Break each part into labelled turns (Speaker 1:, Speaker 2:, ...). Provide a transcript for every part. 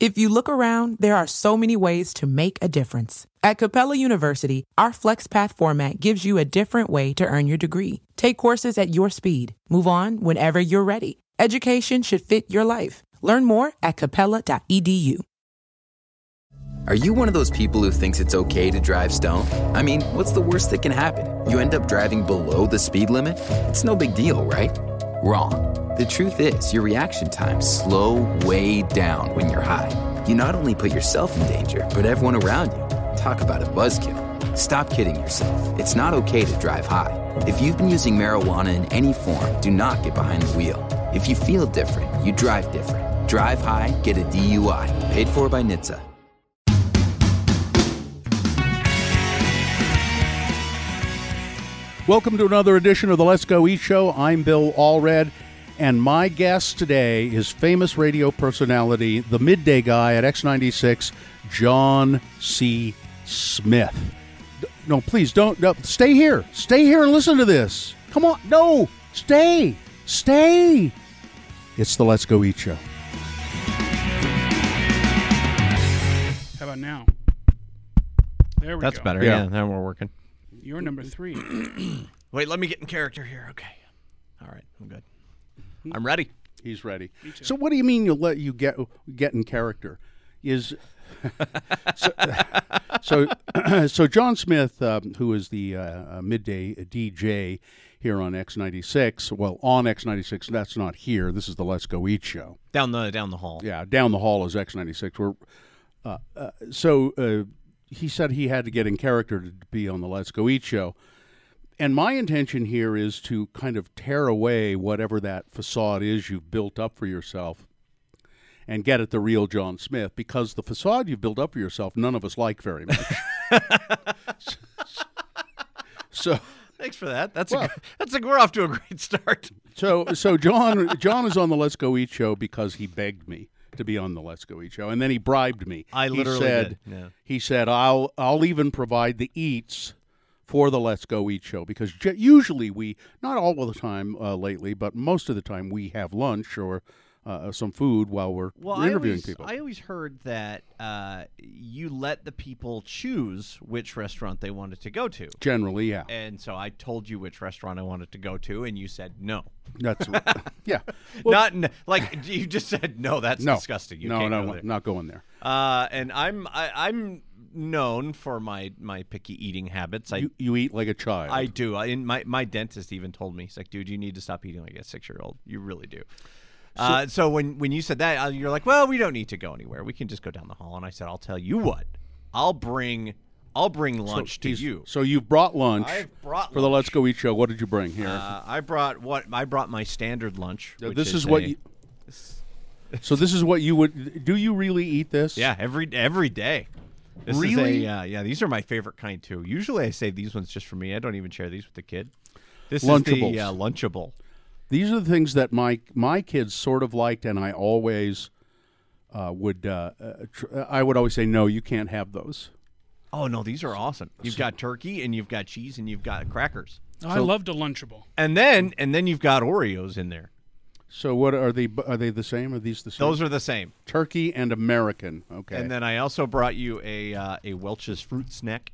Speaker 1: If you look around, there are so many ways to make a difference. At Capella University, our FlexPath format gives you a different way to earn your degree. Take courses at your speed. Move on whenever you're ready. Education should fit your life. Learn more at capella.edu.
Speaker 2: Are you one of those people who thinks it's okay to drive stoned? I mean, what's the worst that can happen? You end up driving below the speed limit? It's no big deal, right? Wrong. The truth is, your reaction times slow way down when you're high. You not only put yourself in danger, but everyone around you. Talk about a buzzkill. Stop kidding yourself. It's not okay to drive high. If you've been using marijuana in any form, do not get behind the wheel. If you feel different, you drive different. Drive high, get a DUI. Paid for by NHTSA.
Speaker 3: Welcome to another edition of the Let's Go Eat Show. I'm Bill Allred, and my guest today is famous radio personality, the midday guy at X96, John C. Smith. D- No, please don't. No, stay here. Stay here and listen to this. Come on. No, stay. Stay. It's the Let's Go Eat Show.
Speaker 4: How about now? There we
Speaker 5: That's
Speaker 4: go.
Speaker 5: better.
Speaker 3: Yeah.
Speaker 5: Yeah. now we're working.
Speaker 4: You're number three. Oh,
Speaker 5: Wait, let me get in character here. Okay. All right, I'm good. I'm ready.
Speaker 3: He's ready. So, what do you mean you let you get get in character? Is so so, so John Smith, um, who is the uh, uh, midday DJ here on X ninety six. Well, on X ninety six, that's not here. This is the Let's Go Eat show.
Speaker 5: Down the down the hall.
Speaker 3: Yeah, down the hall is X ninety six. We're uh, uh, so uh, he said he had to get in character to be on the Let's Go Eat show. And my intention here is to kind of tear away whatever that facade is you've built up for yourself and get at the real John Smith because the facade you've built up for yourself, none of us like very much. so,
Speaker 5: Thanks for that. That's
Speaker 3: Well-
Speaker 5: a, good- that's a, we're off to a great start.
Speaker 3: so, so John, John is on the Let's Go Eat show because he begged me to be on the Let's Go Eat show, and then he bribed me.
Speaker 5: I literally
Speaker 3: he said,
Speaker 5: did, yeah.
Speaker 3: He said, "I'll, I'll even provide the eats for the Let's Go Eat show because j- usually we, not all of the time uh, lately, but most of the time we have lunch or uh, some food while we're
Speaker 5: Well, I
Speaker 3: interviewing
Speaker 5: always,
Speaker 3: people.
Speaker 5: I always heard that uh, you let the people choose which restaurant they wanted to go to.
Speaker 3: Generally, yeah,
Speaker 5: And so I told you which restaurant I wanted to go to, and you said no.
Speaker 3: that's yeah.
Speaker 5: Not n- like you just said no. That's
Speaker 3: no,
Speaker 5: disgusting. You
Speaker 3: no,
Speaker 5: can't
Speaker 3: no,
Speaker 5: go there.
Speaker 3: not going there.
Speaker 5: Uh, and I'm I, I'm known for my my picky eating habits. I
Speaker 3: You, you eat like a child.
Speaker 5: I do. I, and my my dentist even told me, he's like, dude, you need to stop eating like a six year old. You really do. uh, so when when you said that, uh, you're like, well, we don't need to go anywhere. We can just go down the hall. And I said, I'll tell you what, I'll bring I'll bring lunch to
Speaker 3: He's-
Speaker 5: you.
Speaker 3: So you've brought lunch.
Speaker 5: I've brought
Speaker 3: for the
Speaker 5: lunch.
Speaker 3: Let's Go Eat show. What did you bring here?
Speaker 5: Uh, I brought what I brought my standard lunch.
Speaker 3: Now,
Speaker 5: which
Speaker 3: this is, what
Speaker 5: a-
Speaker 3: you. So this is what you would. Do you really eat this?
Speaker 5: Yeah, every every day. This
Speaker 3: Really?
Speaker 5: Is a, uh, yeah, these are my favorite kind too. Usually, I save these ones just for me. I don't even share these with the kid. This is
Speaker 3: Lunchables.
Speaker 5: the uh, lunchable.
Speaker 3: These are the things that my my kids sort of liked, and I always uh, would. Uh, uh, tr- I would always say, no, you can't have those.
Speaker 5: Oh no, these are awesome. You've got turkey and you've got cheese and you've got crackers,
Speaker 4: I loved a Lunchable.
Speaker 5: and then and then you've got Oreos in there.
Speaker 3: So what are they? Are they the same? Are these the same?
Speaker 5: Those are the same.
Speaker 3: turkey and American. Okay.
Speaker 5: And then I also brought you a uh, a Welch's fruit snack.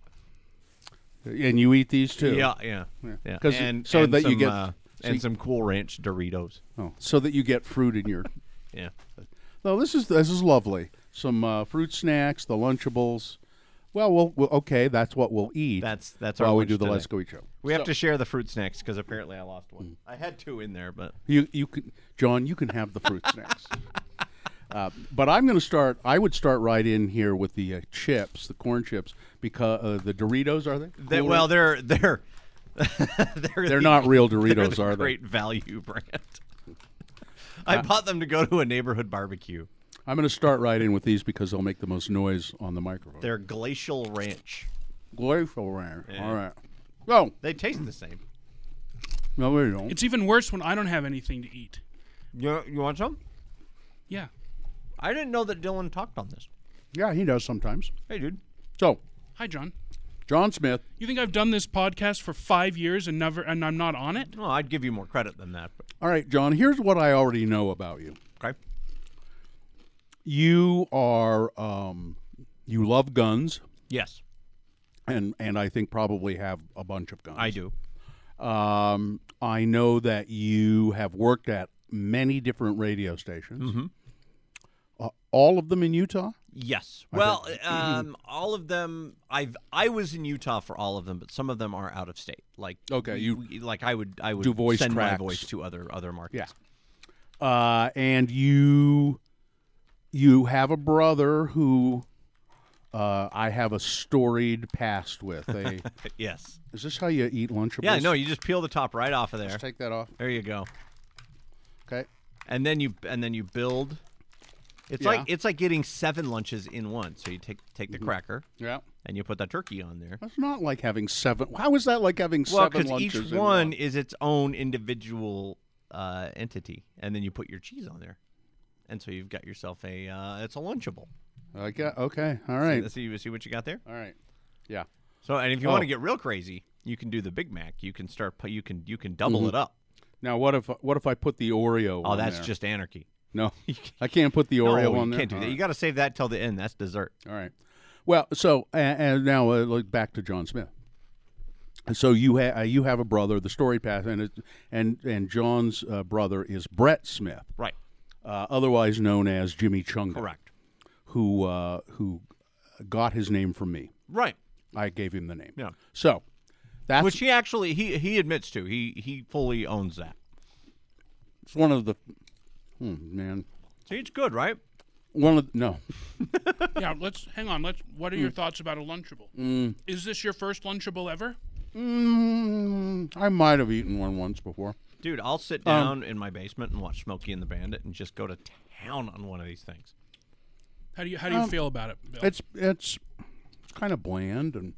Speaker 3: And you eat these too.
Speaker 5: Yeah, yeah, yeah.
Speaker 3: 'Cause-
Speaker 5: And
Speaker 3: so
Speaker 5: and
Speaker 3: that you
Speaker 5: some,
Speaker 3: get-
Speaker 5: uh,
Speaker 3: so
Speaker 5: and
Speaker 3: you-
Speaker 5: some Cool Ranch Doritos.
Speaker 3: Oh, so that you get fruit in your.
Speaker 5: Yeah.
Speaker 3: No, this is this is lovely. Some uh, fruit snacks, the Lunchables. Well, we'll, we'll okay. That's what we'll eat.
Speaker 5: That's- that's our
Speaker 3: while we
Speaker 5: lunch
Speaker 3: do the
Speaker 5: today.
Speaker 3: Let's Go Eat show.
Speaker 5: We have to share the fruit snacks because apparently I lost one. I had two in there, but
Speaker 3: You you can John, you can have the fruit snacks. Uh, but I'm going to start. I would start right in here with the uh, chips, the corn chips, because uh, the Doritos are they?
Speaker 5: They,
Speaker 3: Cool
Speaker 5: well,
Speaker 3: Ranch?
Speaker 5: they're they're they're,
Speaker 3: they're not real Doritos,
Speaker 5: the
Speaker 3: are they?
Speaker 5: Great value brand. I bought them to go to a neighborhood barbecue.
Speaker 3: I'm going to start right in with these because they'll make the most noise on the microphone.
Speaker 5: They're Glacial Ranch.
Speaker 3: glacial ranch. All right. Oh
Speaker 5: They taste the same.
Speaker 3: no, we don't.
Speaker 4: It's even worse when I don't have anything to eat.
Speaker 5: You, you want some?
Speaker 4: Yeah.
Speaker 5: I didn't know that Dylan talked on this.
Speaker 3: yeah, he does sometimes.
Speaker 5: Hey, dude.
Speaker 3: So,
Speaker 4: Hi, John.
Speaker 3: John Smith.
Speaker 4: You think I've done this podcast for five years and never and I'm not on it?
Speaker 5: Well, I'd give you more credit than that. But,
Speaker 3: All right, John. Here's what I already know about you.
Speaker 5: okay.
Speaker 3: You are um, you love guns,
Speaker 5: Yes,
Speaker 3: and and I think probably have a bunch of guns.
Speaker 5: I do.
Speaker 3: Um, I know that you have worked at many different radio stations.
Speaker 5: Mm-hmm.
Speaker 3: Uh, all of them in Utah.
Speaker 5: Yes. Well, um, all of them. I've I was in Utah for all of them, but some of them are out of state. Like
Speaker 3: Okay,
Speaker 5: we-
Speaker 3: you
Speaker 5: we- like I would I would
Speaker 3: do voice
Speaker 5: send
Speaker 3: tracks.
Speaker 5: my voice to other other markets.
Speaker 3: Uh, and you you have a brother who uh, I have a storied past with. They,
Speaker 5: Yes.
Speaker 3: is this how you eat Lunchables?
Speaker 5: Yeah. No, you just peel the top right off of there.
Speaker 3: Just take that off.
Speaker 5: There you go.
Speaker 3: Okay.
Speaker 5: And then you and then you build. It's
Speaker 3: Yeah.
Speaker 5: like it's like getting seven lunches in one. So you take take the cracker
Speaker 3: Yeah.
Speaker 5: and you put the turkey on there.
Speaker 3: That's not like having seven. How is that like having
Speaker 5: Well,
Speaker 3: seven
Speaker 5: because each
Speaker 3: lunches?
Speaker 5: one,
Speaker 3: in
Speaker 5: is its own individual uh, entity, and then you put your cheese on there, and so you've got yourself a uh, it's a lunchable.
Speaker 3: I got- okay. All right.
Speaker 5: Let's see, let's see what you got there.
Speaker 3: All right. Yeah.
Speaker 5: So, and if you
Speaker 3: Oh.
Speaker 5: want to get real crazy, you can do the Big Mac. You can start. pu- You can you can double it up.
Speaker 3: Now what if what if I put the Oreo?
Speaker 5: Oh,
Speaker 3: on
Speaker 5: that's
Speaker 3: Mm-hmm. there?
Speaker 5: just anarchy.
Speaker 3: no. I can't put the
Speaker 5: No,
Speaker 3: Oreo
Speaker 5: you
Speaker 3: on there.
Speaker 5: can't do
Speaker 3: All
Speaker 5: that.
Speaker 3: right.
Speaker 5: You got to save that till the end. That's dessert.
Speaker 3: All right. Well, so and, and now uh, look back to John Smith. So you have uh, you have a brother. The story path and it, and and John's uh, brother is Brett Smith,
Speaker 5: Right.
Speaker 3: uh, otherwise known as Jimmy Chunga,
Speaker 5: Correct.
Speaker 3: Who uh, who got his name from me?
Speaker 5: Right.
Speaker 3: I gave him the name.
Speaker 5: Yeah.
Speaker 3: So that's
Speaker 5: Which he actually he he admits to. He he fully owns that.
Speaker 3: it's one of the hmm, man.
Speaker 5: See, it's good, right?
Speaker 3: One of no.
Speaker 4: Yeah, let's hang on. Let's. What are your thoughts about a Lunchable? Is this your first Lunchable ever?
Speaker 3: Mm, I might have eaten one once before.
Speaker 5: Dude, I'll sit down in my basement and watch Smokey and the Bandit and just go to town on one of these things.
Speaker 4: How do you How do you feel about it? Bill?
Speaker 3: It's it's it's kind of bland and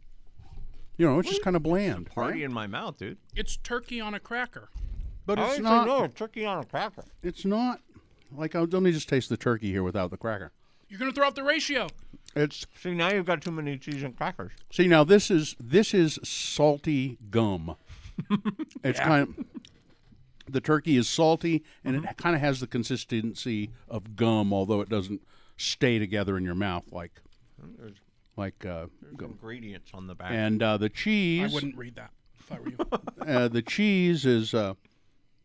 Speaker 3: you know it's just kind of bland.
Speaker 5: Party
Speaker 3: right?
Speaker 5: in my mouth, dude.
Speaker 4: It's turkey on a cracker.
Speaker 3: But it's not.
Speaker 5: turkey on a cracker.
Speaker 3: It's not like I'll, let me just taste the turkey here without the cracker.
Speaker 4: You're gonna throw out the ratio.
Speaker 3: It's
Speaker 5: See, now you've got too many cheese and crackers.
Speaker 3: see now this is this is salty gum. it's kind of the turkey is salty and it
Speaker 5: Mm-hmm.
Speaker 3: kind of has the consistency of gum, although it doesn't stay together in your mouth like like uh, gum.
Speaker 5: Ingredients on the back.
Speaker 3: And uh, the cheese.
Speaker 4: I wouldn't read that if I were you.
Speaker 3: uh, the cheese is uh,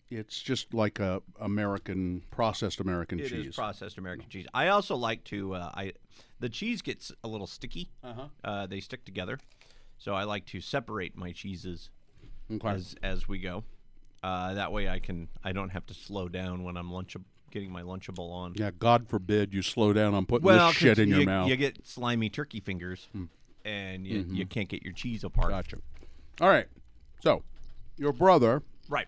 Speaker 3: it's just like a American processed American
Speaker 5: It is
Speaker 3: cheese.
Speaker 5: processed American cheese. I also like to. Uh, I the cheese gets a little sticky. Uh-huh. they stick together, so I like to separate my cheeses
Speaker 3: Okay.
Speaker 5: as as we go. Uh, that way, I can I don't have to slow down when I'm lunch getting my lunchable on.
Speaker 3: yeah, God forbid you slow down on putting
Speaker 5: Well,
Speaker 3: this shit
Speaker 5: 'cause
Speaker 3: in your
Speaker 5: you,
Speaker 3: mouth. Hmm. Mm-hmm.
Speaker 5: you get slimy turkey fingers, and you, you can't get your cheese apart.
Speaker 3: gotcha. All right. So, your brother
Speaker 5: Right.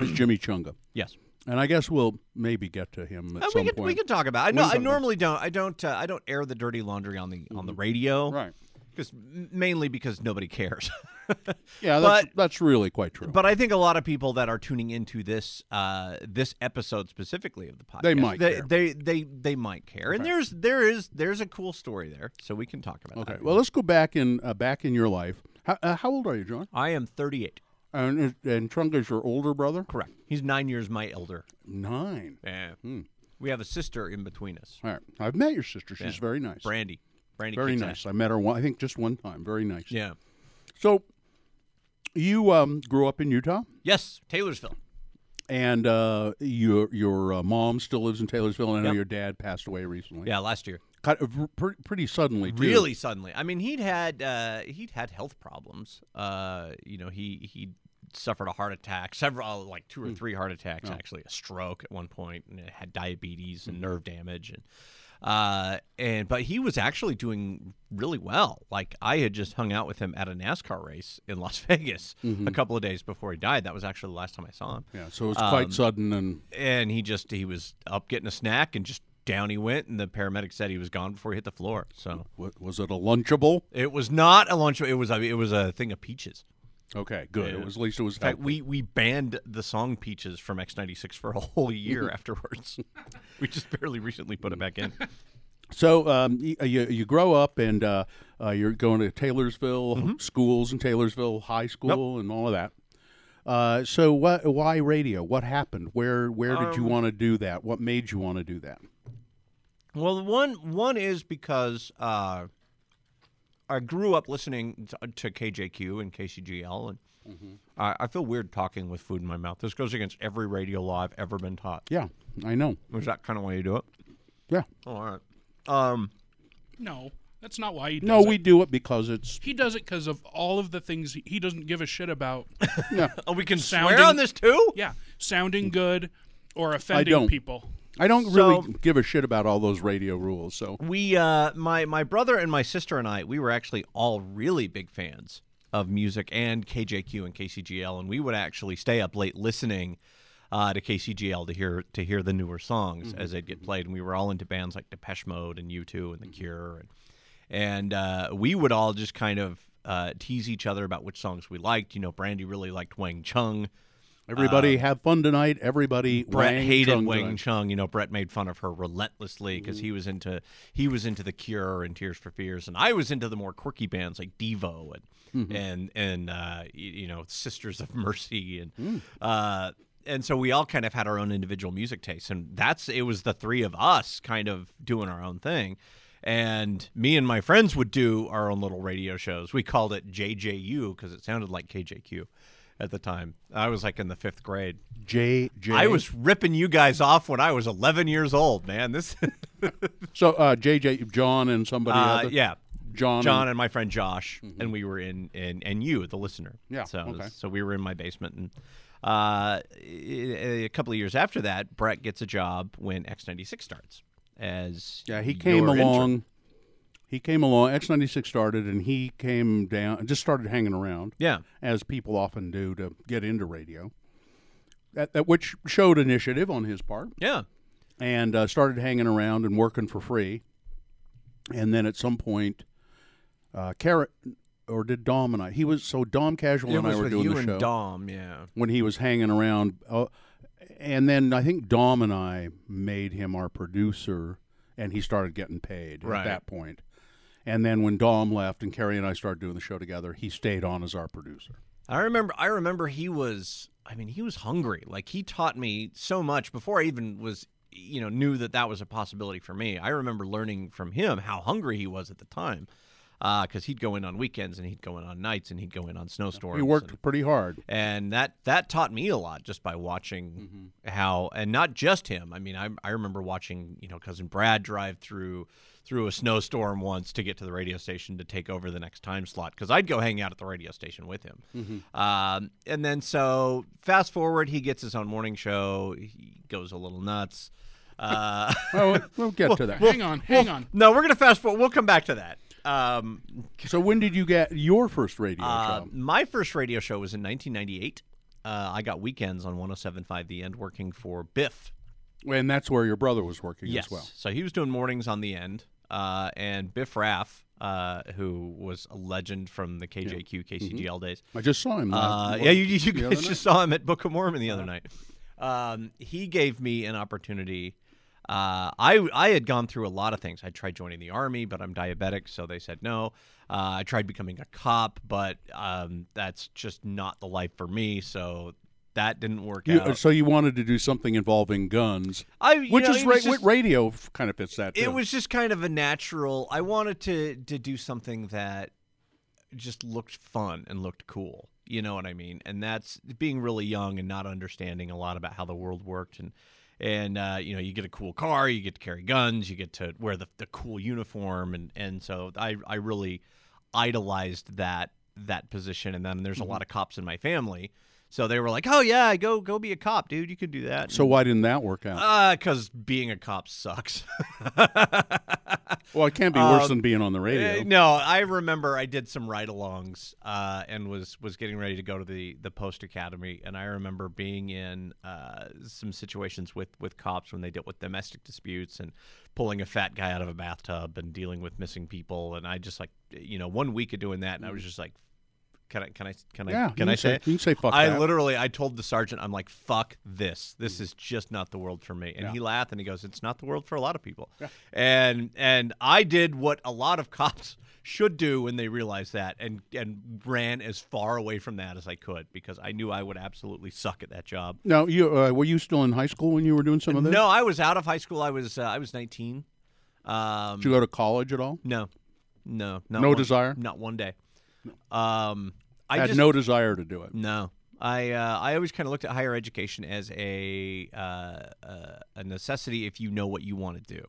Speaker 3: is Jimmy Chunga,
Speaker 5: Yes.
Speaker 3: and I guess we'll maybe get to him at
Speaker 5: Uh,
Speaker 3: some
Speaker 5: we can
Speaker 3: point.
Speaker 5: we can talk about. It. I know I
Speaker 3: talk about it. Mm-hmm.
Speaker 5: normally don't I don't uh, I don't air the dirty laundry on the on the radio.
Speaker 3: Right.
Speaker 5: Because mainly because nobody cares.
Speaker 3: Yeah, that's
Speaker 5: But-
Speaker 3: that's really quite true.
Speaker 5: But I think a lot of people that are tuning into this uh, this episode specifically of the podcast,
Speaker 3: They might
Speaker 5: they
Speaker 3: care.
Speaker 5: they they, they might care. And there's there is there's a cool story there, so we can talk about
Speaker 3: okay.
Speaker 5: that.
Speaker 3: Well, let's go back in uh, back in your life. How, uh, how old are you, John?
Speaker 5: I am 38.
Speaker 3: And and Chunga's your older brother.
Speaker 5: Correct. He's nine years my elder.
Speaker 3: Nine.
Speaker 5: Yeah.
Speaker 3: Hmm.
Speaker 5: We have a sister in between us,
Speaker 3: All right. I've met your sister. She's
Speaker 5: Yeah.
Speaker 3: very nice.
Speaker 5: Brandy. Brandy.
Speaker 3: Very
Speaker 5: kicks
Speaker 3: nice.
Speaker 5: ass.
Speaker 3: I met her one. I think just one time. Very nice.
Speaker 5: Yeah.
Speaker 3: So, you um, grew up in Utah,
Speaker 5: Yes, Taylorsville.
Speaker 3: and uh, your your uh, mom still lives in Taylorsville, and I know
Speaker 5: Yep.
Speaker 3: your dad passed away recently.
Speaker 5: Yeah, last year.
Speaker 3: Kind of pre- pretty suddenly. Too.
Speaker 5: really suddenly. I mean, he'd had uh, he'd had health problems. Uh, you know, he he suffered a heart attack, several uh, like
Speaker 3: Hmm.
Speaker 5: two or three heart
Speaker 3: Oh.
Speaker 5: attacks, actually, a stroke at one point, and had diabetes
Speaker 3: Hmm.
Speaker 5: and nerve damage, and uh, and but he was actually doing really well. Like I had just hung out with him at a NASCAR race in Las Vegas a couple of days before he died. That was actually the last time I saw him
Speaker 3: Mm-hmm. Yeah. So
Speaker 5: Um,
Speaker 3: it's quite sudden, and
Speaker 5: and he just he was up getting a snack and just down he went and the paramedic said he was gone before he hit the floor so
Speaker 3: wa- was it a lunchable?
Speaker 5: it was not a lunch it was a, it was a thing of peaches
Speaker 3: Okay, good. It
Speaker 5: Yeah.
Speaker 3: was at least it was.
Speaker 5: in fact
Speaker 3: healthy.
Speaker 5: we we banned the song peaches from x96 for a whole year afterwards we just barely recently put it back in
Speaker 3: So um, y- you, you grow up and uh, uh, you're going to Taylorsville
Speaker 5: Mm-hmm.
Speaker 3: schools and Taylorsville High School and all of that. Uh, so what?
Speaker 5: Um,
Speaker 3: Why radio? What happened? Where? Where did you want to do that? What made you want to do that?
Speaker 5: Well, one one is because uh, I grew up listening to, to KJQ and KCGL, and I, I feel weird talking with food in my mouth. This goes against every radio law I've ever been taught.
Speaker 3: Yeah, I know.
Speaker 5: Was that kind of way you do it?
Speaker 3: Yeah.
Speaker 5: Oh, all right. Um,
Speaker 4: No, that's not why he does
Speaker 3: No,
Speaker 4: it.
Speaker 3: we do it because it's
Speaker 4: He does it because of all of the things he- he doesn't give a shit about.
Speaker 3: yeah.
Speaker 5: oh, we can
Speaker 4: Sounding-
Speaker 5: swear on this too.
Speaker 4: yeah, sounding good or offending
Speaker 3: don't.
Speaker 4: people.
Speaker 3: I don't
Speaker 5: So-
Speaker 3: really give a shit about all those radio rules. So
Speaker 5: We, uh, my my brother and my sister and I, we were actually all really big fans of music and KJQ and KCGL, and we would actually stay up late listening uh, to KCGL to hear to hear the newer songs as they'd get played. And we were all into bands like Depeche Mode and U2 and The Cure, and and uh, we would all just kind of uh, tease each other about which songs we liked. You know, Brandy really liked Wang Chung.
Speaker 3: everybody have fun tonight. Everybody
Speaker 5: Uh, Brett
Speaker 3: Wang
Speaker 5: hated
Speaker 3: Chung
Speaker 5: Wang
Speaker 3: tonight.
Speaker 5: Chung. You know, Brett made fun of her relentlessly because he was into he was into the Cure and Tears for Fears, and I was into the more quirky bands like Devo
Speaker 3: Mm-hmm.
Speaker 5: and and and uh, y- you know Sisters of Mercy and
Speaker 3: Mm.
Speaker 5: uh, and so we all kind of had our own individual music tastes, and that's it was the three of us kind of doing our own thing. And me and my friends would do our own little radio shows. We called it JJU because it sounded like KJQ at the time. I was like in the fifth grade.
Speaker 3: J J.
Speaker 5: I was ripping you guys off when I was 11 years old, man. This,
Speaker 3: so uh, J J John and somebody.
Speaker 5: uh,
Speaker 3: other-
Speaker 5: yeah,
Speaker 3: John. and-
Speaker 5: John
Speaker 3: Mm-hmm.
Speaker 5: and my friend Josh, and we were in, in and you, the listener.
Speaker 3: Yeah,
Speaker 5: So,
Speaker 3: okay.
Speaker 5: so we were in my basement, and uh, a a couple of years after that, Brett gets a job when X96 starts. As
Speaker 3: yeah, he came
Speaker 5: your intern.
Speaker 3: along. He came along. X ninety six started, and he came down. Just started hanging around.
Speaker 5: Yeah,
Speaker 3: as people often do to get into radio. That, that which showed initiative on his part,
Speaker 5: yeah.
Speaker 3: and uh, started hanging around and working for free. And then at some point, uh, Carrot or did Dom and I? He was so Dom Casual
Speaker 5: it
Speaker 3: and I
Speaker 5: was
Speaker 3: were
Speaker 5: with
Speaker 3: doing
Speaker 5: you
Speaker 3: the
Speaker 5: and
Speaker 3: show
Speaker 5: Dom. Yeah,
Speaker 3: when he was hanging around. Uh, and then I think Dom and I made him our producer, and he started getting paid
Speaker 5: Right.
Speaker 3: at that point. And then when Dom left and Carrie and I started doing the show together, he stayed on as our producer.
Speaker 5: I remember. I remember he was. I mean, he was hungry. Like he taught me so much before I even was, you know, knew that that was a possibility for me. I remember learning from him how hungry he was at the time, because he'd go in on weekends and he'd go in on nights and he'd go in on snowstorms.
Speaker 3: He worked
Speaker 5: and-
Speaker 3: pretty hard.
Speaker 5: and that that taught me a lot just by watching how and not just him i mean I, I remember watching you know cousin brad drive through through a snowstorm once to get to the radio station to take over the next time slot because i'd go hang out at the radio station with him um, and then so fast forward he gets his own morning show he goes a little nuts uh,
Speaker 3: Oh, we'll get to that.
Speaker 4: hang on, hang on.
Speaker 5: no we're gonna fast forward we'll come back to that um,
Speaker 3: so when did you get your first radio
Speaker 5: Uh,
Speaker 3: job?
Speaker 5: my first radio show was in 1998. Uh, I got weekends on 107.5 The End working for Biff.
Speaker 3: And that's where your brother was working
Speaker 5: Yes.
Speaker 3: as well.
Speaker 5: So he was doing mornings on The End. Uh, and Biff Raff, uh, who was a legend from the KJQ, KCGL days.
Speaker 3: I just saw him. last-
Speaker 5: Uh, yeah, you, you
Speaker 3: the
Speaker 5: guys
Speaker 3: other
Speaker 5: just
Speaker 3: night. Uh-huh.
Speaker 5: saw him at Book of Mormon the other night. Um, he gave me an opportunity. Uh, I I had gone through a lot of things. I tried joining the army, but I'm diabetic, so they said no. Uh, I tried becoming a cop, but um, that's just not the life for me. So that didn't work
Speaker 3: You-
Speaker 5: out.
Speaker 3: so you wanted to do something involving guns,
Speaker 5: I, you
Speaker 3: which
Speaker 5: know,
Speaker 3: is
Speaker 5: it
Speaker 3: ra-
Speaker 5: was just-
Speaker 3: what radio f- kind of fits that.
Speaker 5: it
Speaker 3: too.
Speaker 5: was just kind of a natural i wanted to to do something that just looked fun and looked cool you know what i mean and that's being really young and not understanding a lot about how the world worked and and uh, you know you get a cool car you get to carry guns you get to wear the, the cool uniform and and so i i really idolized that that position and then
Speaker 3: Mm-hmm.
Speaker 5: there's a lot of cops in my family so they were like oh yeah go go be a cop dude you can do that
Speaker 3: So why didn't that work
Speaker 5: Uh,
Speaker 3: out?
Speaker 5: because being a cop sucks
Speaker 3: well, it can't be worse than being on the radio.
Speaker 5: Uh, no, I remember I did some ride-alongs uh, and was was getting ready to go to the the post academy, and I remember being in uh, some situations with with cops when they dealt with domestic disputes and pulling a fat guy out of a bathtub and dealing with missing people, and I just like you know one week of doing that, and I was just like, can I can I can
Speaker 3: Yeah,
Speaker 5: I can
Speaker 3: you
Speaker 5: I
Speaker 3: can say-
Speaker 5: say,
Speaker 3: you can say fuck
Speaker 5: I
Speaker 3: that. Mm.
Speaker 5: literally I told the sergeant I'm like fuck this this is just not the world for me and he laughed and he goes it's not the world for a lot of people and and I did what a lot of cops should do when they realize that and and ran as far away from that as I could because I knew I would absolutely suck at that job
Speaker 3: Now, you uh, were you still in high school when you were doing some of this?
Speaker 5: no I was out of high school I was uh, I was 19 Um,
Speaker 3: Did you go to college at all?
Speaker 5: no, no, not
Speaker 3: No
Speaker 5: one-
Speaker 3: desire?
Speaker 5: not one day. Um, I
Speaker 3: had
Speaker 5: just,
Speaker 3: no desire to do it.
Speaker 5: No, I uh, I always kind of looked at higher education as a uh, uh, a necessity if you know what you want to do.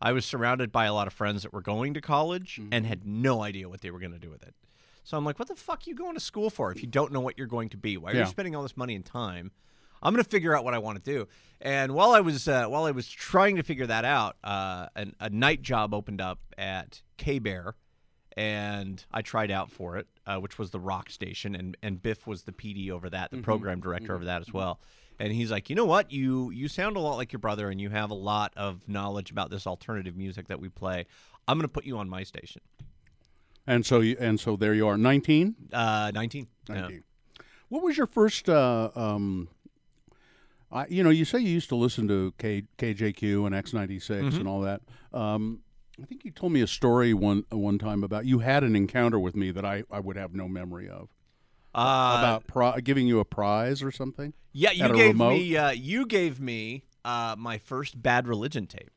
Speaker 5: I was surrounded by a lot of friends that were going to college
Speaker 3: Mm-hmm.
Speaker 5: and had no idea what they were going to do with it. So I'm like, what the fuck are you going to school for if you don't know what you're going to be? Why are
Speaker 3: Yeah.
Speaker 5: you spending all this money and time? I'm going to figure out what I want to do. And while I was uh, while I was trying to figure that out, uh, an, a night job opened up at K Bear, and I tried out for it, uh, which was the rock station, and and Biff was the PD over that, the
Speaker 3: Mm-hmm.
Speaker 5: program director over that as well. And he's like, you know what, you you sound a lot like your brother, and you have a lot of knowledge about this alternative music that we play. I'm going to put you on my station.
Speaker 3: And so you, and so there you are, 19?
Speaker 5: Uh, 19. Yeah.
Speaker 3: 19. What was your first uh, um I, you know, you say you used to listen to K, KJQ and X96
Speaker 5: Mm-hmm.
Speaker 3: and all that. Um, I think you told me a story one one time about you had an encounter with me that I, I would have no memory of
Speaker 5: Uh,
Speaker 3: about pri- giving you a prize or something.
Speaker 5: Yeah, you
Speaker 3: at a
Speaker 5: gave
Speaker 3: remote?
Speaker 5: me uh, you gave me uh, my first bad religion tape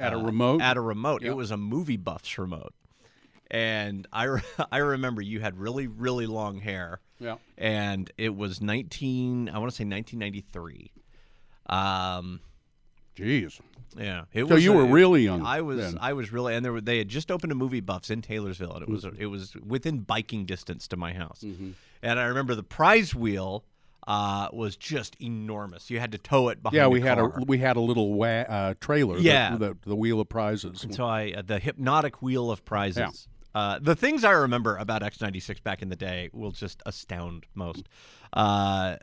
Speaker 3: At a
Speaker 5: Uh,
Speaker 3: remote?
Speaker 5: At a remote,
Speaker 3: Yeah.
Speaker 5: it was a movie buffs remote, and I re- I remember you had really really long hair.
Speaker 3: Yeah.
Speaker 5: and it was nineteen. I want to say nineteen ninety three. Um,
Speaker 3: Jeez.
Speaker 5: yeah. It
Speaker 3: So
Speaker 5: was
Speaker 3: you
Speaker 5: a-
Speaker 3: were really young
Speaker 5: I was.
Speaker 3: then.
Speaker 5: I was really, and there were, they had just opened a movie buffs in Taylorsville, and it was it was within biking distance to my house.
Speaker 3: Mm-hmm.
Speaker 5: And I remember the prize wheel uh, was just enormous. You had to tow it behind.
Speaker 3: Yeah,
Speaker 5: a
Speaker 3: we had a
Speaker 5: car.
Speaker 3: we had a little wa- uh, trailer. the-
Speaker 5: Yeah.
Speaker 3: the, the, wheel of prizes.
Speaker 5: So I uh, the hypnotic wheel of prizes. Uh, the things I remember about X96 back in the day will just astound most. Uh,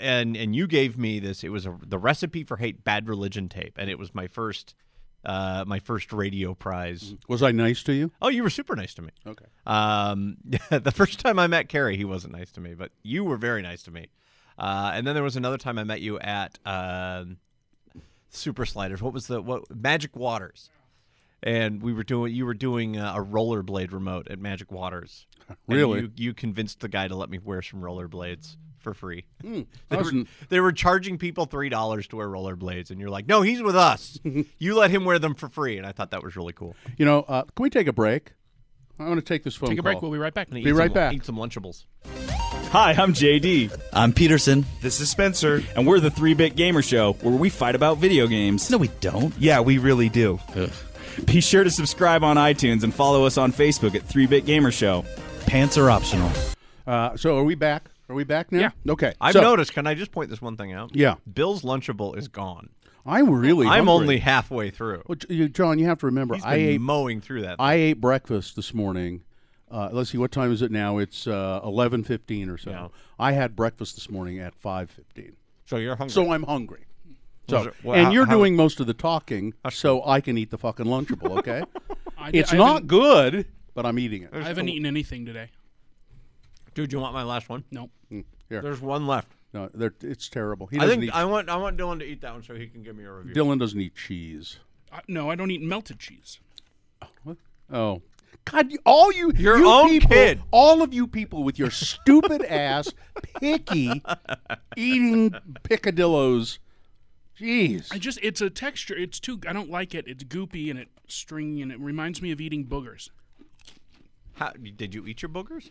Speaker 5: and and you gave me this. It was a, the recipe for hate bad religion tape, and it was my first uh, my first radio prize.
Speaker 3: Was I nice to you?
Speaker 5: Oh, you were super nice to me.
Speaker 3: Okay.
Speaker 5: Um, the first time I met Carrie, he wasn't nice to me, but you were very nice to me. Uh, and then there was another time I met you at um, Super Sliders. What was the what Magic Waters? And we were doing you were doing uh, a rollerblade remote at Magic Waters. And
Speaker 3: Really?
Speaker 5: you, you convinced the guy to let me wear some rollerblades for free.
Speaker 3: I
Speaker 5: They were,
Speaker 3: Hmm. wasn't-
Speaker 5: they were charging people three dollars to wear rollerblades, and you're like, "No, he's with us. you let him wear them for free." And I thought that was really cool.
Speaker 3: You know, uh, can we take a break? I want to take this phone
Speaker 4: Take a
Speaker 3: call.
Speaker 4: break. We'll be right back.
Speaker 5: And
Speaker 3: Be
Speaker 5: eat
Speaker 3: right
Speaker 5: some-
Speaker 3: back.
Speaker 5: Eat some Lunchables.
Speaker 6: Hi, I'm JD,
Speaker 7: I'm Peterson.
Speaker 8: This is Spencer.
Speaker 6: and we're the 3 Bit Gamer Show, where we fight about video games.
Speaker 7: No, we don't.
Speaker 8: Yeah, we really do.
Speaker 6: Be sure to subscribe on iTunes and follow us on Facebook at 3 Bit Gamer Show.
Speaker 7: Pants are optional.
Speaker 3: Uh, so are we back? Are we back now?
Speaker 4: Yeah.
Speaker 3: Okay.
Speaker 5: I've
Speaker 3: so,
Speaker 5: noticed. Can I just point this one thing out?
Speaker 3: Yeah.
Speaker 5: Bill's Lunchable is gone.
Speaker 3: I'm really.
Speaker 5: I'm
Speaker 3: hungry.
Speaker 5: only halfway through.
Speaker 3: Well, J- you, John, you have to remember,
Speaker 5: He's been
Speaker 3: I ate.
Speaker 5: mowing through that.
Speaker 3: I ate breakfast this morning. Uh, let's see, what time is it now? It's uh, eleven fifteen or so.
Speaker 5: Yeah.
Speaker 3: I had breakfast this morning at five fifteen,
Speaker 5: so you're hungry.
Speaker 3: so I'm hungry. So,
Speaker 5: Was it- well,
Speaker 3: and
Speaker 5: how-
Speaker 3: you're
Speaker 5: how-
Speaker 3: doing most of the talking, so I can eat the fucking lunchable. Okay,
Speaker 4: I did-
Speaker 3: it's
Speaker 4: I
Speaker 3: not
Speaker 4: haven't-
Speaker 3: good, but I'm eating it.
Speaker 4: I haven't eaten anything today.
Speaker 5: dude, you want my last one?
Speaker 4: No.
Speaker 5: There's one left.
Speaker 3: No, they're- it's terrible. He
Speaker 5: I
Speaker 3: doesn't
Speaker 5: think
Speaker 3: eat.
Speaker 5: I want I want Dylan to eat that one so he can give me a review.
Speaker 3: Dylan doesn't eat cheese.
Speaker 4: I, no, I don't eat melted cheese.
Speaker 3: Oh. God, you- all you
Speaker 5: Your
Speaker 3: you
Speaker 5: own
Speaker 3: people,
Speaker 5: kid.
Speaker 3: all of you people with your stupid ass picky eating picadillos. Jeez.
Speaker 4: I just it's a texture. It's too. I don't like it. It's goopy and it stringy and it reminds me of eating boogers.
Speaker 5: How, did you eat your boogers?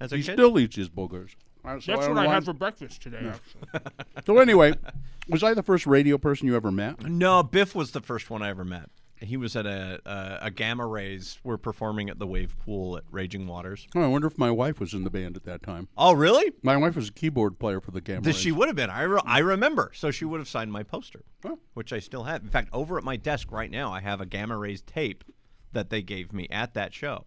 Speaker 5: As a
Speaker 3: he
Speaker 5: kid?
Speaker 3: still eats his boogers. All right, so
Speaker 4: That's
Speaker 3: don't
Speaker 4: what I
Speaker 3: know
Speaker 4: had
Speaker 3: why-
Speaker 4: for breakfast today. Actually,
Speaker 3: So anyway, was I the first radio person you ever met?
Speaker 5: no, Biff was the first one I ever met. He was at a a, a Gamma Rays. We're performing at the Wave Pool at Raging Waters.
Speaker 3: Oh, I wonder if my wife was in the band at that time.
Speaker 5: Oh, really?
Speaker 3: My wife was a keyboard player for the camera.
Speaker 5: This she would have been. I, re- I remember. So she would have signed my poster,
Speaker 3: Oh.
Speaker 5: which I still have. In fact, over at my desk right now, I have a gamma rays tape that they gave me at that show.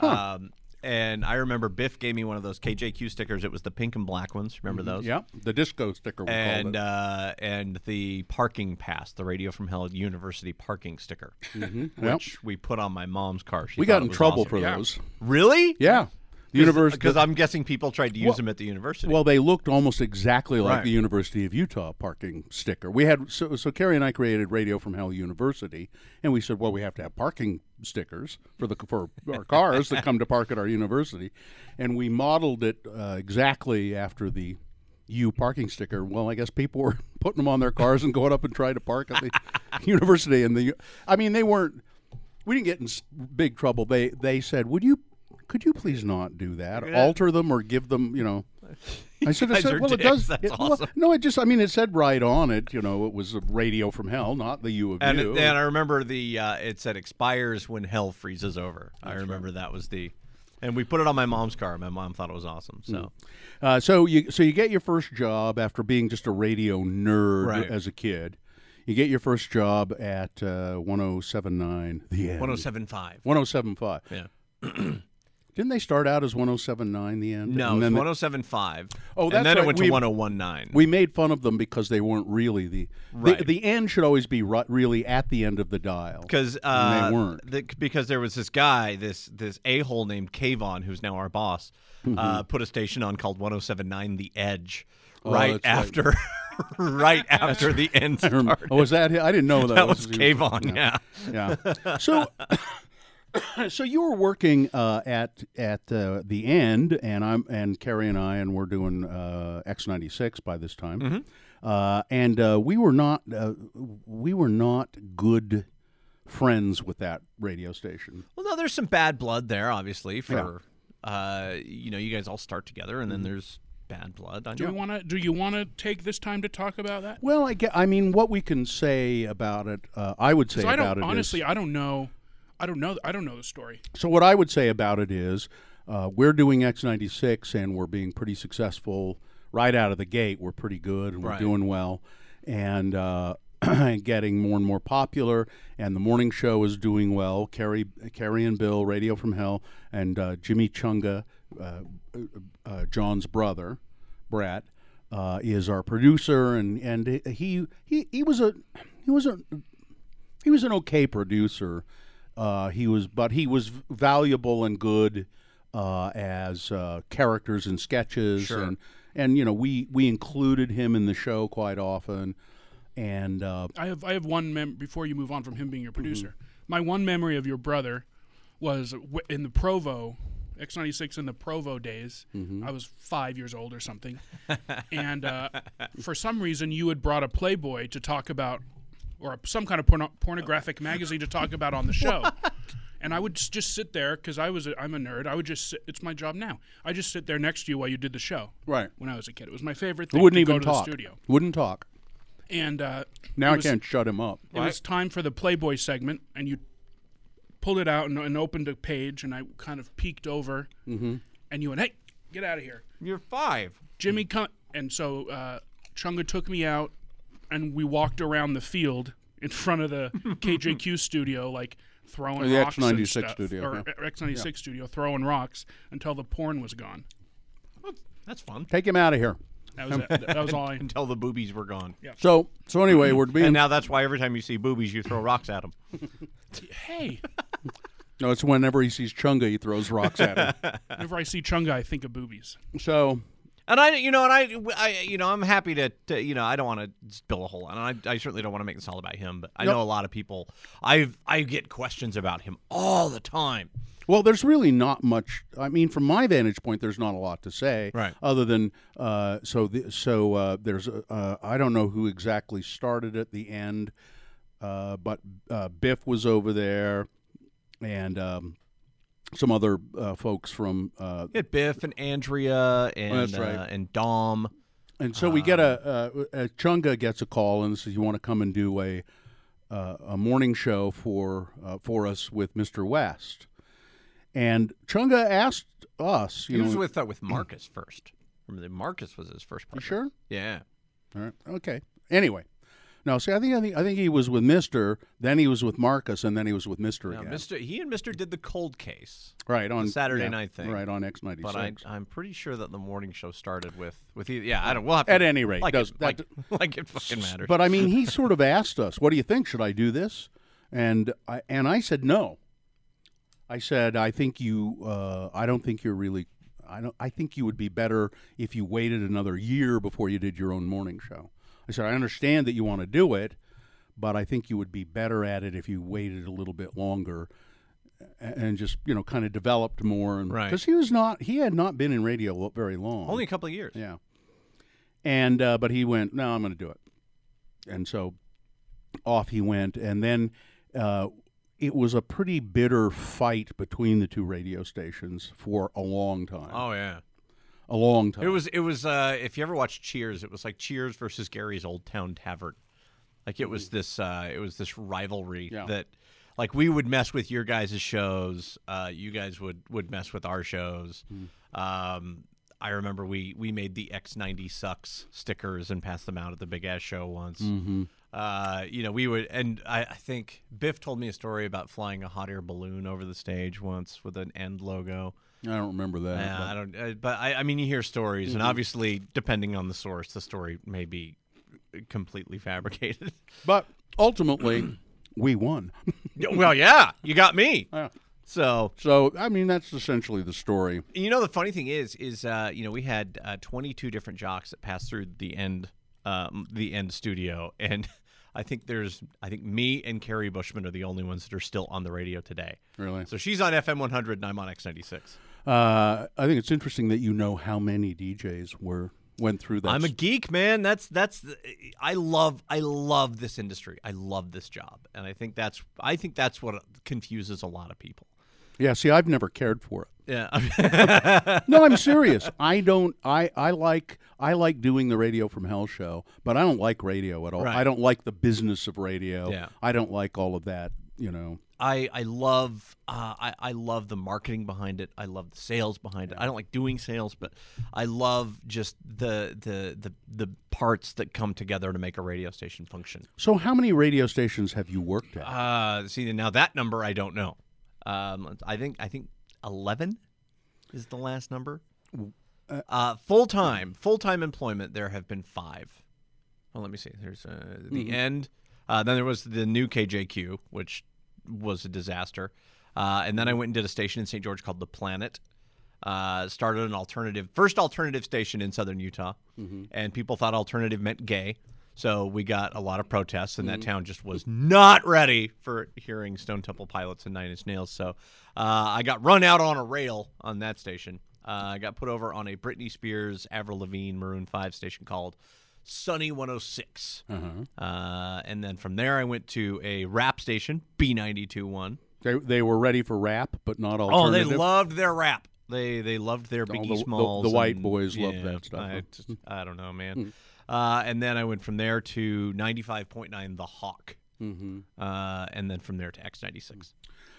Speaker 5: Um, and I remember Biff gave me one of those KJQ stickers. It was the pink and black ones. Remember those?
Speaker 3: Mm-hmm. Yeah, the disco sticker. We
Speaker 5: And
Speaker 3: called it.
Speaker 5: uh, and the parking pass, the Radio from Hell University parking sticker,
Speaker 3: Yep.
Speaker 5: which we put on my mom's car. She
Speaker 3: we
Speaker 5: thought
Speaker 3: got
Speaker 5: it
Speaker 3: in
Speaker 5: was
Speaker 3: trouble
Speaker 5: awesome.
Speaker 3: for
Speaker 4: Yeah.
Speaker 3: those.
Speaker 5: Really?
Speaker 3: Yeah, the university.
Speaker 5: Because I'm guessing people tried to use
Speaker 3: Well-
Speaker 5: them at the university.
Speaker 3: Well, they looked almost exactly like
Speaker 5: Right.
Speaker 3: the University of Utah parking sticker. We had so, so Carrie and I created Radio from Hell University, and we said, well, we have to have parking stickers for the for our cars that come to park at our university, and we modeled it uh, exactly after the U parking sticker. Well, I guess people were putting them on their cars and going up and trying to park at the university, and the I mean they weren't. We didn't get in s- big trouble. They they said, would you? Could you please not do that? Alter them or give them, you know. I should have
Speaker 5: guys
Speaker 3: said,
Speaker 5: are
Speaker 3: well, it
Speaker 5: dicks.
Speaker 3: does.
Speaker 5: That's
Speaker 3: it- well,
Speaker 5: awesome.
Speaker 3: no, it just, I mean, it said right on it, you know, it was a radio from hell, not the U of
Speaker 5: and,
Speaker 3: U.
Speaker 5: it- and I remember the uh, it said expires when hell freezes over. I remember that was the, and we put it on my mom's car. My mom thought it was awesome. So
Speaker 3: uh, so you so you get your first job after being just a radio nerd
Speaker 5: Right.
Speaker 3: as a kid. You get your first job at uh, 1079 The End.
Speaker 5: 1075.
Speaker 3: 1075.
Speaker 5: Yeah.
Speaker 3: Didn't they start out as 1079 The End?
Speaker 5: No,
Speaker 3: And
Speaker 5: it's
Speaker 3: then they-
Speaker 5: 1075.
Speaker 3: Oh, that's
Speaker 5: and then
Speaker 3: right.
Speaker 5: it went
Speaker 3: We-
Speaker 5: to 1019.
Speaker 3: we made fun of them because they weren't really the. The,
Speaker 5: Right.
Speaker 3: the end should always be ri- really at the end of the dial.
Speaker 5: because
Speaker 3: And
Speaker 5: uh,
Speaker 3: they weren't.
Speaker 5: the- because there was this guy, this this a hole named Kayvon, who's now our boss,
Speaker 3: Mm-hmm.
Speaker 5: uh, put a station on called 1079 The Edge,
Speaker 3: Oh,
Speaker 5: right
Speaker 3: that's right.
Speaker 5: after, right, after the end
Speaker 3: I remember-
Speaker 5: started.
Speaker 3: Oh, was that? hi- I didn't know that.
Speaker 5: that was
Speaker 3: his-
Speaker 5: Kayvon, yeah.
Speaker 3: Yeah. So, so you were working uh, at at uh, the end, and I'm and Carrie and I, and we're doing uh, X96 by this time,
Speaker 5: Mm-hmm.
Speaker 3: uh, and uh, we were not uh, we were not good friends with that radio station.
Speaker 5: Well, no, there's some bad blood there, obviously. For uh, you know, you guys all start together, and then there's bad blood. On
Speaker 4: Do
Speaker 5: your-
Speaker 4: we want to? Do you want to take this time to talk about that?
Speaker 3: Well, I, ge- I mean, what we can say about it, uh, I would say
Speaker 4: So I
Speaker 3: about
Speaker 4: don't.
Speaker 3: it is-
Speaker 4: Honestly, I don't know. I don't know. I don't know the story.
Speaker 3: So what I would say about it is, uh, we're doing X96 and we're being pretty successful right out of the gate. We're pretty good and we're
Speaker 5: Right.
Speaker 3: doing well, and uh, getting more and more popular. And the morning show is doing well. Carrie, Carrie and Bill, Radio from Hell, and uh, Jimmy Chunga, uh, uh, John's brother, Brett. Uh, is our producer and and he he he was a he was a he was an okay producer. Uh, he was, but he was v- valuable and good uh, as uh, characters and sketches, and and you know we we included him in the show quite often, and uh,
Speaker 4: I have. I have one mem. Before you move on from him being your
Speaker 3: Mm-hmm.
Speaker 4: producer, my one memory of your brother was w- in the Provo. X96 in the Provo days.
Speaker 3: Mm-hmm.
Speaker 4: I was five years old or something. and uh, for some reason, you had brought a Playboy to talk about, or some kind of porno- pornographic magazine to talk about on the show. And I would s- just sit there because I was a, I'm a nerd. I would just sit, it's my job now. I just sit there next to you while you did the show.
Speaker 3: Right.
Speaker 4: When I was a kid, it was my favorite
Speaker 3: he
Speaker 4: thing.
Speaker 3: wouldn't
Speaker 4: to go
Speaker 3: even
Speaker 4: to
Speaker 3: talk.
Speaker 4: The studio.
Speaker 3: Wouldn't talk.
Speaker 4: And uh,
Speaker 3: Now
Speaker 4: it
Speaker 3: I
Speaker 4: was-
Speaker 3: can't shut him up.
Speaker 4: it was time for the Playboy segment, and you pulled it out and, and opened a page, and I kind of peeked over,
Speaker 5: Mm-hmm.
Speaker 4: and you went, "Hey, get out of here,
Speaker 5: You're five.
Speaker 4: Jimmy!" Come. And so uh, Chunga took me out, and we walked around the field in front of the KJQ studio, like throwing
Speaker 3: Or the
Speaker 4: rocks and
Speaker 3: X96
Speaker 4: stuff,
Speaker 3: studio,
Speaker 4: or X96 studio, throwing rocks until the porn was gone.
Speaker 5: That's fun.
Speaker 3: Take him out of here.
Speaker 4: That was it. that was all I.
Speaker 5: Until the boobies were gone.
Speaker 3: So so anyway, we're being.
Speaker 5: And now that's why every time you see boobies, you throw rocks at them.
Speaker 4: Hey,
Speaker 3: no, it's whenever he sees Chunga, he throws rocks at him.
Speaker 4: whenever I see Chunga, I think of boobies.
Speaker 3: so
Speaker 5: And I, you know, and I, I you know, I'm happy to, to you know, I don't want to spill a whole lot. And I, I certainly don't want to make this all about him, but I know a lot of people. I've, I get questions about him all the time.
Speaker 3: Well, there's really not much. I mean, from my vantage point, there's not a lot to say,
Speaker 5: Right.
Speaker 3: Other than uh, so, the, so uh, there's a- uh, I don't know who exactly started at the end, uh, but uh, Biff was over there, and um, some other uh, folks from. Uh,
Speaker 5: You had Biff and Andrea and
Speaker 3: that's right.
Speaker 5: uh, and Dom.
Speaker 3: and so we get
Speaker 5: Ah.
Speaker 3: a, uh, a Chunga gets a call and says, "You want to come and do a uh, a morning show for uh, for us with Mr. West." And Chunga asked us, you
Speaker 5: He was
Speaker 3: know,
Speaker 5: with uh, with Marcus first. Remember, that Marcus was his first partner.
Speaker 3: sure?
Speaker 5: Yeah.
Speaker 3: All right. Okay. Anyway, No, see, I think I think I think he was with Mister, then he was with Marcus, and then he was with Mister
Speaker 5: Now,
Speaker 3: again.
Speaker 5: Mr. He and Mr. did the cold case,
Speaker 3: right on
Speaker 5: Saturday
Speaker 3: yeah,
Speaker 5: night thing.
Speaker 3: Right on X ninety
Speaker 5: but I,
Speaker 3: six.
Speaker 5: I'm pretty sure that the morning show started with with either, yeah. I don't. We'll have to,
Speaker 3: At any rate,
Speaker 5: like
Speaker 3: does-
Speaker 5: it,
Speaker 3: that-
Speaker 5: like, like it fucking matters.
Speaker 3: But I mean, he sort of asked us, "What do you think? Should I do this?" And I and I said no. I said, "I think you. Uh, I don't think you're really. I don't. I think you would be better if you waited another year before you did your own morning show." I said, "I understand that you want to do it, but I think you would be better at it if you waited a little bit longer." a- And just you know, kind of developed more, and
Speaker 5: Right.
Speaker 3: because he was not, he had not been in radio lo- very long,
Speaker 5: only a couple of years.
Speaker 3: yeah. And uh, but he went, no, I'm going to do it. And so off he went, and then uh, it was a pretty bitter fight between the two radio stations for a long time.
Speaker 5: Oh yeah.
Speaker 3: a long time.
Speaker 5: It was it was uh if you ever watched Cheers, it was like Cheers versus Gary's Old Town Tavern. Like it was this uh it was this rivalry
Speaker 3: Mm-hmm. Yeah.
Speaker 5: that like we would mess with your guys' shows, uh you guys would would mess with our shows.
Speaker 3: Mm.
Speaker 5: Um I remember we we made the X90 sucks stickers and passed them out at the big ass show once.
Speaker 3: Mm-hmm.
Speaker 5: Uh, you know, we would, and I, I think Biff told me a story about flying a hot air balloon over the stage once with an end logo.
Speaker 3: I don't remember that.
Speaker 5: Yeah,
Speaker 3: but- Mm-hmm.
Speaker 5: I don't. Uh, but I, I mean, you hear stories, and obviously, depending on the source, the story may be completely fabricated.
Speaker 3: but ultimately, we won.
Speaker 5: Yeah, well, yeah, you got me.
Speaker 3: Yeah.
Speaker 5: So
Speaker 3: so I mean, that's essentially the story.
Speaker 5: you know, the funny thing is, is uh, you know, we had uh, 22 different jocks that passed through the end, um, the end studio, and I think there's, I think me and Carrie Bushman are the only ones that are still on the radio today.
Speaker 3: Really.
Speaker 5: So she's on FM 100, and I'm on X96.
Speaker 3: Uh, I think it's interesting that you know how many DJs were went through that.
Speaker 5: I'm a geek, man. That's that's the, I love I love this industry. I love this job, and I think that's I think that's what confuses a lot of people.
Speaker 3: yeah. See, I've never cared for it.
Speaker 5: Yeah,
Speaker 3: no, I'm serious. I don't. I, I like I like doing the radio from hell show, but I don't like radio at all.
Speaker 5: Right.
Speaker 3: I don't like the business of radio.
Speaker 5: Yeah.
Speaker 3: I don't like all of that. You know.
Speaker 5: I I love uh, I I love the marketing behind it. I love the sales behind it. I don't like doing sales, but I love just the the the the parts that come together to make a radio station function.
Speaker 3: So how many radio stations have you worked at?
Speaker 5: Uh, see now that number I don't know. Um, I think I think eleven is the last number. Uh, full time, full time employment. There have been five. Well, let me see. There's uh, the end. Uh, then there was the new KJQ, which was a disaster. Uh, and then I went and did a station in St. George called The Planet. Uh, started an alternative, first alternative station in southern Utah. And people thought alternative meant gay. So we got a lot of protests, and that town just was not ready for hearing Stone Temple Pilots and Nine Inch Nails. So uh, I got run out on a rail on that station. Uh, I got put over on a Britney Spears, Avril Lavigne, Maroon 5 station called Sunny 106. Uh, and then from there, I went to a rap station, B92.1.
Speaker 3: They, they were ready for rap, but not
Speaker 5: Oh, they
Speaker 3: alternative.
Speaker 5: loved their rap. They they loved their Biggie
Speaker 3: the- the-
Speaker 5: Smalls.
Speaker 3: the white
Speaker 5: and-
Speaker 3: boys love
Speaker 5: yeah,
Speaker 3: that stuff, huh? Hmm.
Speaker 5: I, just- I don't know, man. Uh, and then I went from there to 95.9 The Hawk. Mm-hmm. Uh, and then from there to X96. And,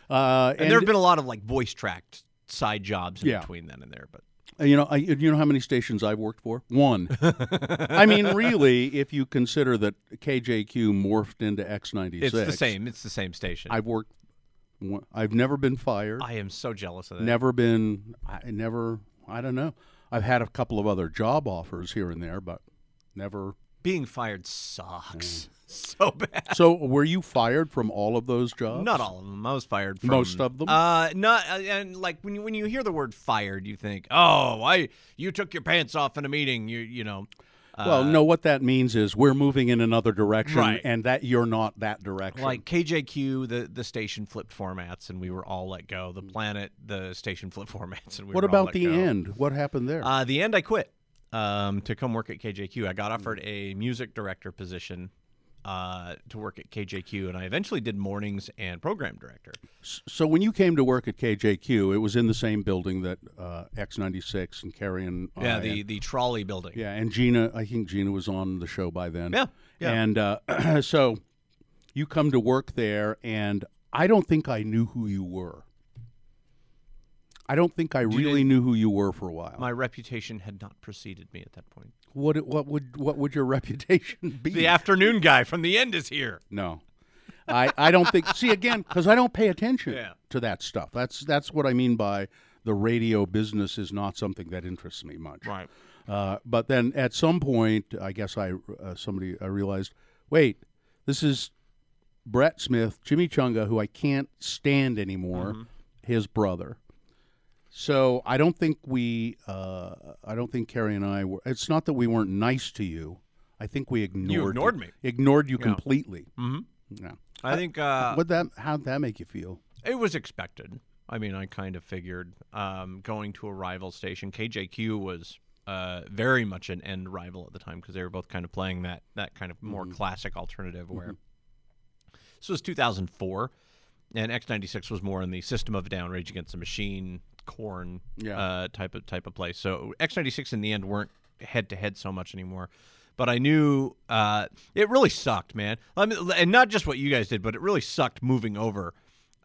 Speaker 3: uh, and,
Speaker 5: there have been a lot of like voice tracked side jobs in
Speaker 3: Yeah.
Speaker 5: between then and there. But
Speaker 3: uh, you know, I, you know how many stations I've worked for? One. I mean, really, if you consider that KJQ morphed into X96,
Speaker 5: it's the same. It's the same station. I,
Speaker 3: I've worked. one- I've never been fired.
Speaker 5: am so jealous of that.
Speaker 3: never been I never I don't know. I've had a couple of other job offers here and there, but never
Speaker 5: Being fired
Speaker 3: Mm.
Speaker 5: sucks so bad.
Speaker 3: So were you fired from all of those jobs?
Speaker 5: Not all of them. I was fired from
Speaker 3: Most of them?
Speaker 5: Uh, not uh, and like when you, when you hear the word fired, you think, oh, I you took your pants off in a meeting. You you know, uh,
Speaker 3: Well, no, what that means is we're moving in another direction
Speaker 5: Right.
Speaker 3: and that you're not that direction.
Speaker 5: like KJQ, the the station flipped formats, and we were all let go. The planet, the station flipped formats, and we
Speaker 3: what
Speaker 5: were all
Speaker 3: about
Speaker 5: let
Speaker 3: the
Speaker 5: go.
Speaker 3: end? What happened there?
Speaker 5: Uh, the end, I quit um, to come work at KJQ. I got offered a music director position uh, to work at KJQ, and I eventually did mornings and program director.
Speaker 3: so when you came to work at KJQ, it was in the same building that uh, X96 and uh, Carrie and I
Speaker 5: yeah,
Speaker 3: and-
Speaker 5: the the trolley building.
Speaker 3: Oh, Yeah, and Gina, I think Gina was on the show by then.
Speaker 5: Yeah, yeah.
Speaker 3: And uh, so you come to work there, and I don't think I knew who you were. I don't think I really knew who you were for a while.
Speaker 5: My reputation had not preceded me at that point.
Speaker 3: what what would what would your reputation be?
Speaker 5: The afternoon guy from the end is here.
Speaker 3: No. I, I don't think see again because I don't pay attention
Speaker 5: Yeah.
Speaker 3: to that stuff. That's that's what I mean by the radio business is not something that interests me much.
Speaker 5: Right.
Speaker 3: Uh, but then at some point, I guess I uh, somebody I realized, wait, this is Brett Smith, Jimmy Chunga, who I can't stand anymore,
Speaker 5: Mm-hmm.
Speaker 3: his brother. So I don't think we, uh, I don't think Carrie and I were. It's not that we weren't nice to you. I think we ignored
Speaker 5: ignored me.
Speaker 3: ignored you completely. Mm-hmm. Yeah.
Speaker 5: I think uh,
Speaker 3: What that? How'd that make you feel?
Speaker 5: it was expected. I mean, I kind of figured um, going to a rival station. KJQ was uh, very much an end rival at the time because they were both kind of playing that that kind of more classic alternative. Where this was 2004, and X96 was more in the System of a Down, Rage Against the Machine, Corn
Speaker 3: Yeah.
Speaker 5: uh, type of type of place. So X96 in the end weren't head to head so much anymore. But I knew uh, it really sucked, man. I mean, and not just what you guys did, but it really sucked moving over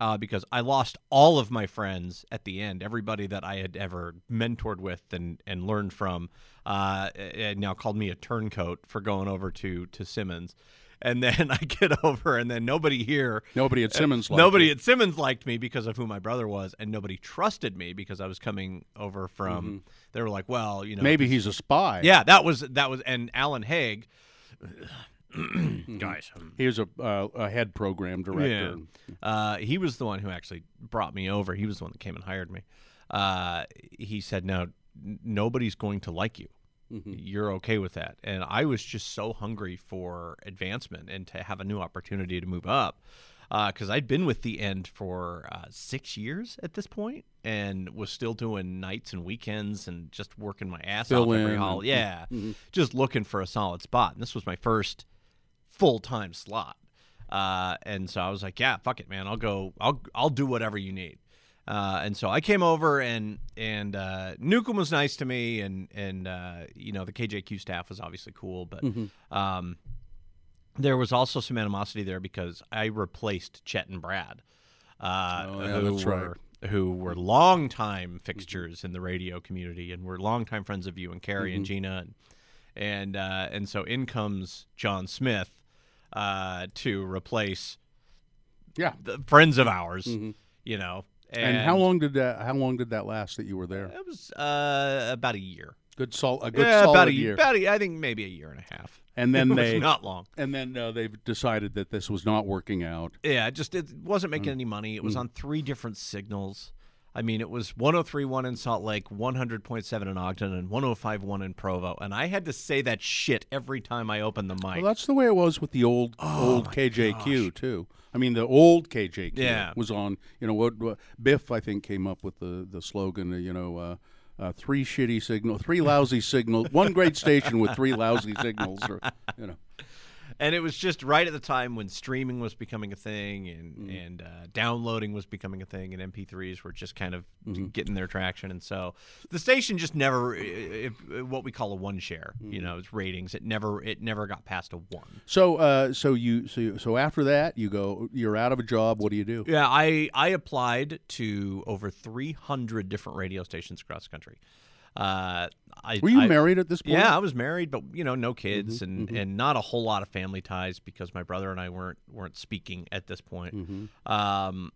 Speaker 5: uh, because I lost all of my friends at the end. Everybody that I had ever mentored with and, and learned from uh, and now called me a turncoat for going over to to Simmons. And then I get over, and then nobody here
Speaker 3: Nobody at Simmons. liked
Speaker 5: Uh, nobody
Speaker 3: you.
Speaker 5: at Simmons liked me because of who my brother was, and nobody trusted me because I was coming over from. They were like, "Well, you know,
Speaker 3: Maybe he's a spy.
Speaker 5: yeah, that was that was." And Alan Haig, guys, um,
Speaker 3: He was a, uh, a head program director.
Speaker 5: yeah. Uh, he was the one who actually brought me over. He was the one that came and hired me. Uh, he said, "No, n- nobody's going to like you.
Speaker 3: Mm-hmm.
Speaker 5: You're okay with that." And I was just so hungry for advancement and to have a new opportunity to move up. Because I'd been with the end for uh, six years at this point, and was still doing nights and weekends and just working my ass
Speaker 3: Fill
Speaker 5: off every
Speaker 3: in. Mm-hmm.
Speaker 5: hall. Yeah, just looking for a solid spot. And this was my first full time slot. Uh, and so I was like, yeah, fuck it, man. I'll go. I'll I'll do whatever you need. Uh, and so I came over, and and uh, Newcomb was nice to me, and and uh, you know the KJQ staff was obviously cool, but um, there was also some animosity there because I replaced Chet and Brad, uh,
Speaker 3: Oh, yeah,
Speaker 5: who
Speaker 3: that's right.
Speaker 5: were who were longtime fixtures in the radio community and were longtime friends of you and Carrie
Speaker 3: Mm-hmm.
Speaker 5: and Gina and and uh, and so in comes John Smith uh, to replace
Speaker 3: Yeah.
Speaker 5: the friends of ours, you know.
Speaker 3: Mm-hmm. And, how long did that? How long did that last that you were there?
Speaker 5: It was uh, about a year.
Speaker 3: Good sol- a good
Speaker 5: yeah,
Speaker 3: solid
Speaker 5: about a
Speaker 3: year.
Speaker 5: About a, I think maybe a year and a half.
Speaker 3: And then
Speaker 5: It was
Speaker 3: they
Speaker 5: not long.
Speaker 3: and then uh, they've decided that this was not working out.
Speaker 5: Yeah, it just it wasn't making any money. It was on three different signals. I mean, it was 1031 in Salt Lake, 100.7 in Ogden, and 1051 in Provo. And I had to say that shit every time I opened the mic.
Speaker 3: Well, that's the way it was with the old
Speaker 5: Oh
Speaker 3: old KJQ too. I mean, the old KJQ
Speaker 5: Yeah.
Speaker 3: was on. You know what, what Biff I think came up with the the slogan. uh, You know, uh, uh, three shitty signal, three lousy signal, one great station with three lousy signals, or you know.
Speaker 5: and it was just right at the time when streaming was becoming a thing and and uh, downloading was becoming a thing and mp3s were just kind of getting their traction and so the station just never i- i- i- what we call a one share you know it's ratings it never it never got past a one
Speaker 3: So, uh, so you, so, you- so after that, you go, you're out of a job. What do you do?
Speaker 5: yeah i i applied to over 300 different radio stations across the country uh, I,
Speaker 3: Were you
Speaker 5: I-
Speaker 3: married at this point? Mm-hmm,
Speaker 5: Yeah, I was married, but you know, no kids and and not a whole lot of family ties because my brother and I weren't weren't speaking at this point.
Speaker 3: Mm-hmm.
Speaker 5: Um,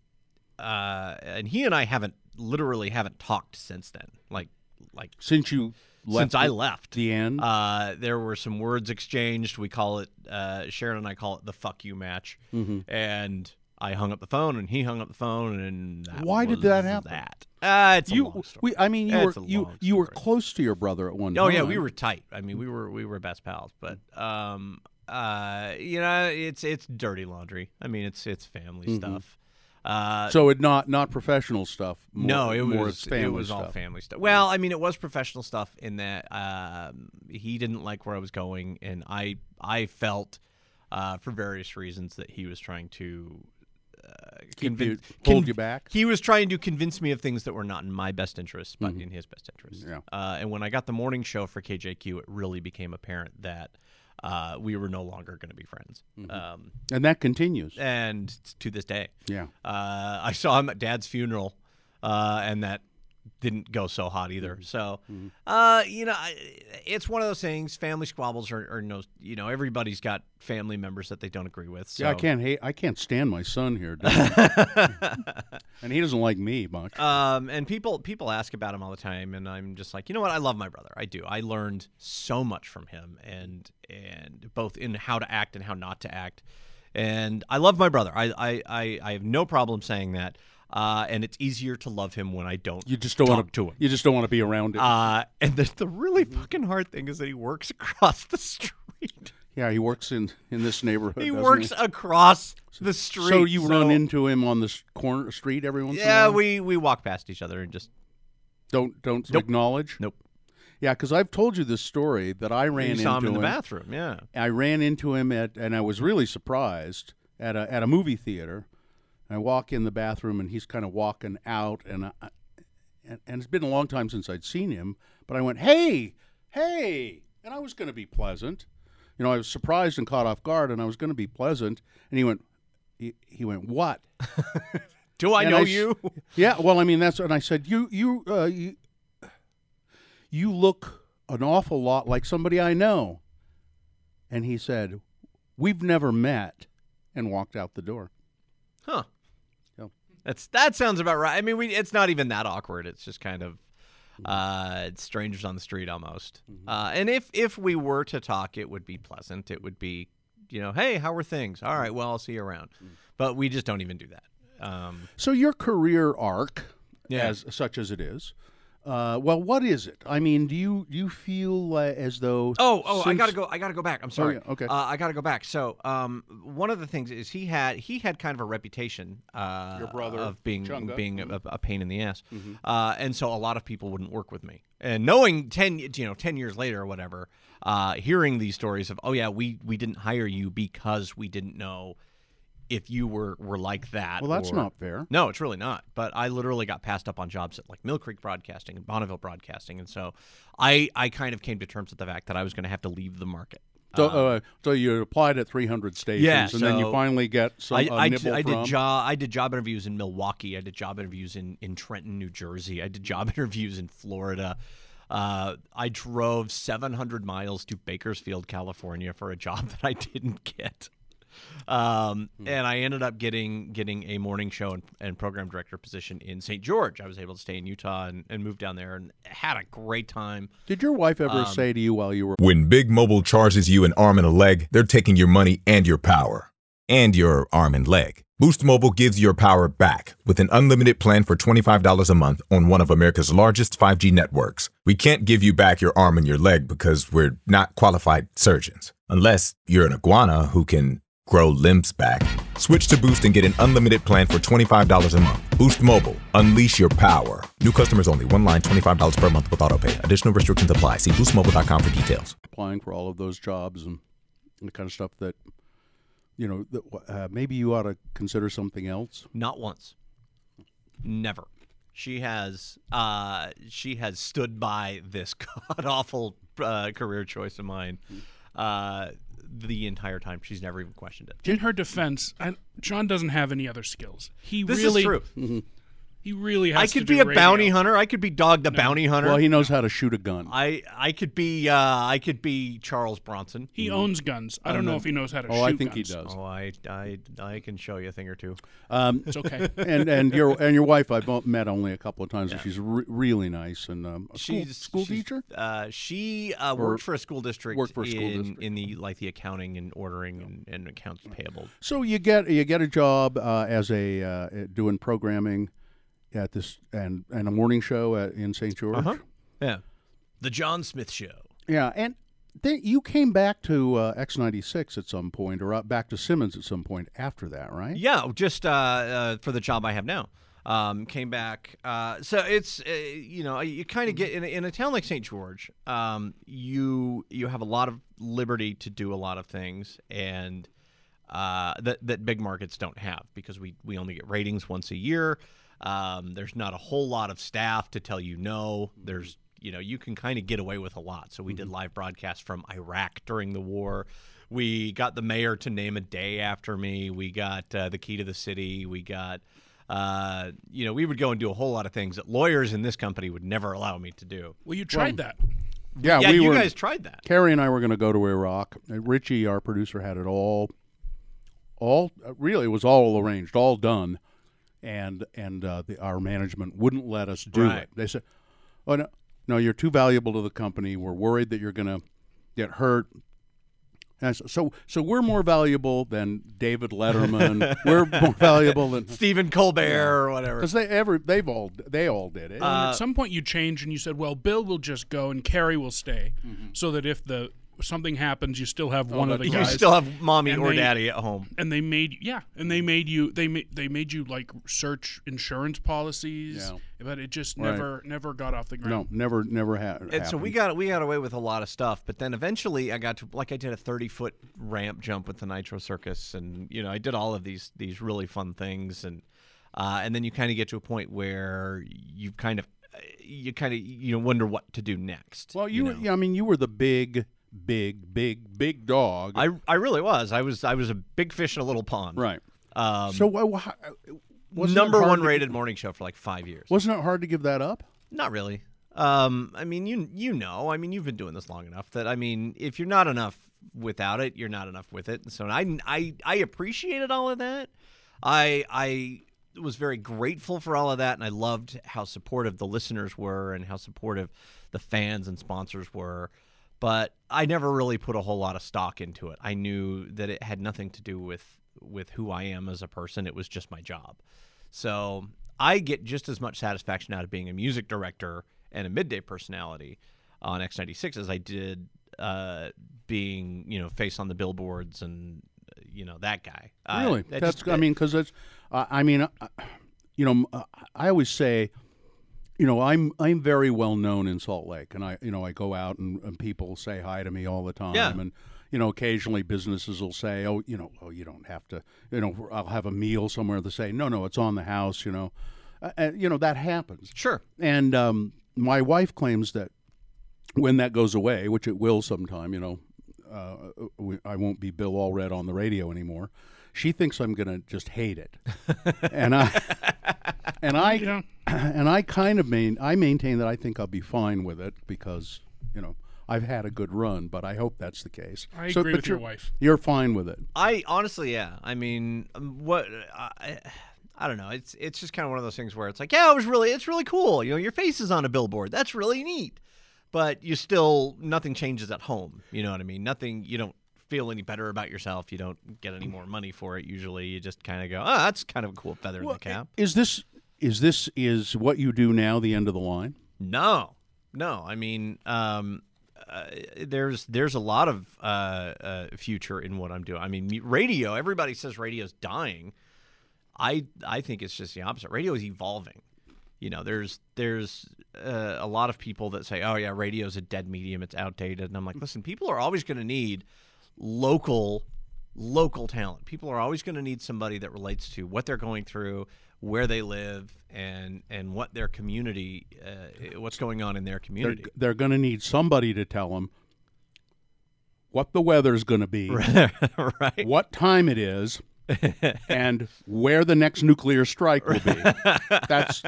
Speaker 5: uh, and he and I haven't literally haven't talked since then. Like like
Speaker 3: Since you left,
Speaker 5: since I left
Speaker 3: the end.
Speaker 5: Uh, there were some words exchanged. We call it uh, Sharon and I call it the "fuck you" match,
Speaker 3: Mm-hmm.
Speaker 5: and I hung up the phone, and he hung up the phone, and that
Speaker 3: Why did
Speaker 5: was
Speaker 3: that happen?
Speaker 5: That uh, it's a
Speaker 3: you,
Speaker 5: long story.
Speaker 3: we, I mean, you
Speaker 5: It's
Speaker 3: were
Speaker 5: a
Speaker 3: you
Speaker 5: long
Speaker 3: you were
Speaker 5: story.
Speaker 3: close to your brother at one
Speaker 5: Oh
Speaker 3: time.
Speaker 5: yeah, we were tight. I mean, we were we were best pals. But um, uh, you know, it's it's dirty laundry. I mean, it's it's family
Speaker 3: Mm-hmm.
Speaker 5: stuff. Uh,
Speaker 3: So it not not professional stuff. More,
Speaker 5: no, it
Speaker 3: more
Speaker 5: was
Speaker 3: it's family
Speaker 5: it was
Speaker 3: stuff.
Speaker 5: all family stuff. Well, I mean, it was professional stuff in that um, he didn't like where I was going, and I I felt uh, for various reasons that he was trying to. Uh,
Speaker 3: Keep
Speaker 5: convin-
Speaker 3: you, hold
Speaker 5: conv-
Speaker 3: you back.
Speaker 5: he was trying to convince me of things that were not in my best interest, but in his best interest.
Speaker 3: Mm-hmm. Yeah.
Speaker 5: Uh, and when I got the morning show for KJQ, it really became apparent that uh, we were no longer going to be friends.
Speaker 3: Mm-hmm.
Speaker 5: Um,
Speaker 3: and that continues.
Speaker 5: and to this day,
Speaker 3: Yeah.
Speaker 5: uh, I saw him at Dad's funeral, uh, and that didn't go so hot either.
Speaker 3: Mm-hmm.
Speaker 5: So, uh, you know, I- it's one of those things. Family squabbles are, are no, you know, everybody's got family members that they don't agree with. So.
Speaker 3: Yeah, I can't hate. I can't stand my son here, dude. and he doesn't like me much.
Speaker 5: Um, and people people ask about him all the time, and I'm just like, you know what? I love my brother. I do. I learned so much from him, and and both in how to act and how not to act. And I love my brother. I I I, I have no problem saying that. Uh, and it's easier to love him when I don't.
Speaker 3: you just don't
Speaker 5: talk
Speaker 3: want
Speaker 5: to him.
Speaker 3: You just don't want to be around it.
Speaker 5: Uh, and the, the really fucking hard thing is that he works across the street.
Speaker 3: yeah, he works in in this neighborhood.
Speaker 5: he
Speaker 3: doesn't
Speaker 5: works across the street.
Speaker 3: So you run into him on this corner street every once in a
Speaker 5: Yeah,
Speaker 3: while?
Speaker 5: we we walk past each other and just
Speaker 3: don't don't
Speaker 5: Nope.
Speaker 3: acknowledge.
Speaker 5: nope.
Speaker 3: Yeah, because I've told you this story that I ran
Speaker 5: you
Speaker 3: into
Speaker 5: saw him in the
Speaker 3: him.
Speaker 5: bathroom. Yeah.
Speaker 3: I ran into him at, and I was really surprised at a at a movie theater. I walk in the bathroom, and he's kind of walking out, and I, and, and it's been a long time since I'd seen him. But I went, "Hey, hey," and I was going to be pleasant. You know, I was surprised and caught off guard, and I was going to be pleasant. And he went, he, he went, "What?"
Speaker 5: Do I
Speaker 3: And
Speaker 5: know
Speaker 3: I s-
Speaker 5: you?
Speaker 3: Yeah, well, I mean that's and I said you you uh, you you look an awful lot like somebody I know, and he said we've never met, and walked out the door.
Speaker 5: Huh.
Speaker 3: Yeah.
Speaker 5: That's that sounds about right. I mean, we it's not even that awkward. It's just kind of uh it's strangers on the street almost. Uh and if if we were to talk, it would be pleasant. It would be, you know, hey, how are things? All right, well, I'll see you around. But we just don't even do that. Um
Speaker 3: So your career arc,
Speaker 5: Yeah.
Speaker 3: as such as it is, uh, well, what is it? I mean, do you do you feel uh, as though?
Speaker 5: Oh, oh, I
Speaker 3: since- Oh,
Speaker 5: gotta go. I gotta go back. I'm sorry.
Speaker 3: yeah, okay.
Speaker 5: Uh, I gotta go back. So, um, one of the things is he had he had kind of a reputation. Uh,
Speaker 3: Your brother,
Speaker 5: of being
Speaker 3: Chunga. Mm-hmm.
Speaker 5: being a, a pain in the ass, uh, and so a lot of people wouldn't work with me. And knowing ten, you know, ten years later or whatever, uh, hearing these stories of, oh yeah, we we didn't hire you because we didn't know if you were were like that.
Speaker 3: Well, that's
Speaker 5: or-
Speaker 3: not fair.
Speaker 5: no, it's really not. But I literally got passed up on jobs at like Mill Creek Broadcasting and Bonneville Broadcasting, and so I I kind of came to terms with the fact that I was going to have to leave the market.
Speaker 3: So, uh, so you applied at 300 stations,
Speaker 5: Yeah,
Speaker 3: and then you
Speaker 5: so-
Speaker 3: finally get some
Speaker 5: I,
Speaker 3: a
Speaker 5: I,
Speaker 3: nibble
Speaker 5: I
Speaker 3: from.
Speaker 5: did job I did job interviews in Milwaukee. I did job interviews in in Trenton, New Jersey. I did job interviews in Florida. Uh, I drove 700 miles to Bakersfield, California, for a job that I didn't get. Um,
Speaker 3: Hmm.
Speaker 5: and I ended up getting getting a morning show and, and program director position in St. George. I was able to stay in Utah and, and move down there and had a great time.
Speaker 3: Did your wife ever
Speaker 5: Um,
Speaker 3: say to you while you were
Speaker 9: When Big Mobile charges you an arm and a leg, they're taking your money and your power. And your arm and leg. Boost Mobile gives your power back with an unlimited plan for $25 a month on one of America's largest 5G networks. We can't give you back your arm and your leg because we're not qualified surgeons. Unless you're an iguana who can grow limbs back. Switch to Boost and get an unlimited plan for $25 a month. Boost Mobile. Unleash your power. New customers only. One line $25 per month with auto pay. Additional restrictions apply. See boostmobile.com for details.
Speaker 3: applying for all of those jobs and the kind of stuff that you know that uh, maybe you ought to consider something else
Speaker 5: Not once. Never. She has uh, she has stood by this god awful uh, career choice of mine uh, the entire time. She's never even questioned it.
Speaker 4: In her defense, I, John doesn't have any other skills. He
Speaker 5: This
Speaker 4: really,
Speaker 5: is true.
Speaker 4: He really has.
Speaker 5: I
Speaker 4: to
Speaker 5: could
Speaker 4: do
Speaker 5: be a
Speaker 4: radio.
Speaker 5: bounty hunter. I could be Dog the bounty hunter.
Speaker 3: well he knows how to shoot a gun
Speaker 5: I I could be uh, I could be Charles Bronson.
Speaker 4: He owns guns. I don't know if he knows how to shoot.
Speaker 3: oh i think he
Speaker 4: guns.
Speaker 3: does
Speaker 5: Oh, I, I I can show you a thing or two.
Speaker 3: um,
Speaker 4: It's okay.
Speaker 3: and and your and your wife i've o- met only a couple of times and she's re- really nice and um, a school,
Speaker 5: She's
Speaker 3: school
Speaker 5: she's,
Speaker 3: teacher
Speaker 5: Uh, she uh, worked for a school district.
Speaker 3: worked for a school
Speaker 5: in,
Speaker 3: district.
Speaker 5: in the like the accounting and ordering and, and accounts payable.
Speaker 3: so you get you get a job uh, as a uh, doing programming at this and and a morning show at, in st george
Speaker 5: Yeah, Uh-huh. the John Smith Show.
Speaker 3: Yeah, and then you came back to uh, X96 at some point, or uh, back to Simmons at some point after that, right?
Speaker 5: Yeah, just uh, uh, for the job I have now. Um, came back. Uh, so it's uh, you know you kind of get in, a- in a town like St. George. Um, you you have a lot of liberty to do a lot of things and. Uh, that that big markets don't have because we we only get ratings once a year. Um, there's not a whole lot of staff to tell you no. There's you know you can kind of get away with a lot. So we did live broadcasts from Iraq during the war. We got the mayor to name a day after me. We got uh, the key to the city. We got Uh, you know, we would go and do a whole lot of things that lawyers in this company would never allow me to do.
Speaker 4: Well, you tried that.
Speaker 3: Yeah,
Speaker 5: yeah,
Speaker 3: we
Speaker 5: you
Speaker 3: were.
Speaker 5: guys tried that.
Speaker 3: Carrie and I were going to go to Iraq. Uh, Richie, our producer, had it all, all uh, really it was all arranged, all done, and and uh, the, our management wouldn't let us do
Speaker 5: Right.
Speaker 3: it. They said, "Oh no, no, you're too valuable to the company. We're worried that you're going to get hurt." And I said, so, so we're more valuable than David Letterman. we're more valuable than
Speaker 5: Stephen Colbert or whatever.
Speaker 3: because they ever they've all they all did it.
Speaker 5: Uh,
Speaker 4: And at some point, you changed and you said, "Well, Bill will just go and Carrie will stay, so that if the something happens, you still have one of the
Speaker 5: You
Speaker 4: guys."
Speaker 5: still have mommy
Speaker 4: And
Speaker 5: or
Speaker 4: they-
Speaker 5: daddy at home.
Speaker 4: and they made yeah, and they made you they made they made you like search insurance policies,
Speaker 3: Yeah.
Speaker 4: but it just
Speaker 3: Right.
Speaker 4: never never got off the
Speaker 3: no,
Speaker 4: ground.
Speaker 3: never never ha- happened.
Speaker 5: And so we got we got away with a lot of stuff, but then eventually I got to like I did a thirty foot ramp jump with the Nitro Circus, and you know I did all of these these really fun things, and uh, and then you kind of get to a point where you kind of you kind of you know wonder what to do next.
Speaker 3: Well, you, were, yeah, I mean, you were the big, big, big, big dog.
Speaker 5: I I really was I was I was a big fish in a little pond.
Speaker 3: right.
Speaker 5: Um,
Speaker 3: so why, why, wasn't it
Speaker 5: number
Speaker 3: hard
Speaker 5: one
Speaker 3: to-
Speaker 5: rated morning show for like five years.
Speaker 3: Wasn't it hard to give that up?
Speaker 5: Not really. Um, I mean, you you know, I mean, you've been doing this long enough that I mean, if you're not enough without it, you're not enough with it. And so I I I appreciated all of that. I I was very grateful for all of that, and I loved how supportive the listeners were and how supportive the fans and sponsors were. But I never really put a whole lot of stock into it. I knew that it had nothing to do with with who I am as a person. It was just my job. So I get just as much satisfaction out of being a music director and a midday personality on X96 as I did uh, being, you know, face on the billboards and, uh, you know, that guy. I-
Speaker 3: really?
Speaker 5: that
Speaker 3: That's.
Speaker 5: just-
Speaker 3: I mean, because that's. I I mean, I- you know, m- uh, I always say, you know, I'm I'm very well known in Salt Lake, and I you know I go out and, and people say hi to me all the time,
Speaker 5: Yeah.
Speaker 3: and you know occasionally businesses will say, oh, you know, oh you don't have to, you know, I'll have a meal somewhere. They say, no, no, it's on the house, you know, uh, uh, you know that happens.
Speaker 5: sure.
Speaker 3: And um, my wife claims that when that goes away, which it will sometime, you know, uh, we- I won't be Bill Allred on the radio anymore. She thinks I'm going to just hate it, and I and I
Speaker 4: Yeah.
Speaker 3: and I kind of main I maintain that I think I'll be fine with it because you know I've had a good run, but I hope that's the case.
Speaker 4: I agree
Speaker 3: but
Speaker 4: with your
Speaker 3: you're-
Speaker 4: wife.
Speaker 3: You're fine with it.
Speaker 5: I honestly, yeah. I mean, um, what I, I don't know. It's it's just kind of one of those things where it's like, yeah, it was really, it's really cool. You know, your face is on a billboard. That's really neat. But you still, nothing changes at home. You know what I mean? Nothing. You don't feel any better about yourself. You don't get any more money for it. Usually, you just kind of go, oh, that's kind of a cool feather in the cap.
Speaker 3: Is this is this is what you do now the end of the line?
Speaker 5: No, no. I mean, um, uh, there's there's a lot of uh, uh, future in what I'm doing. I mean, me- radio. Everybody says radio's dying. I I think it's just the opposite. Radio is evolving. You know, there's there's uh, a lot of people that say, "Oh yeah, radio's a dead medium. It's outdated." And I'm like, listen, people are always going to need local local talent. People are always going to need somebody that relates to what they're going through, where they live, and and what their community, uh, what's going on in their
Speaker 3: they're,
Speaker 5: community.
Speaker 3: they're going to need somebody to tell them what the weather's going to be,
Speaker 5: right.
Speaker 3: what time it is, and where the next nuclear strike will be. that's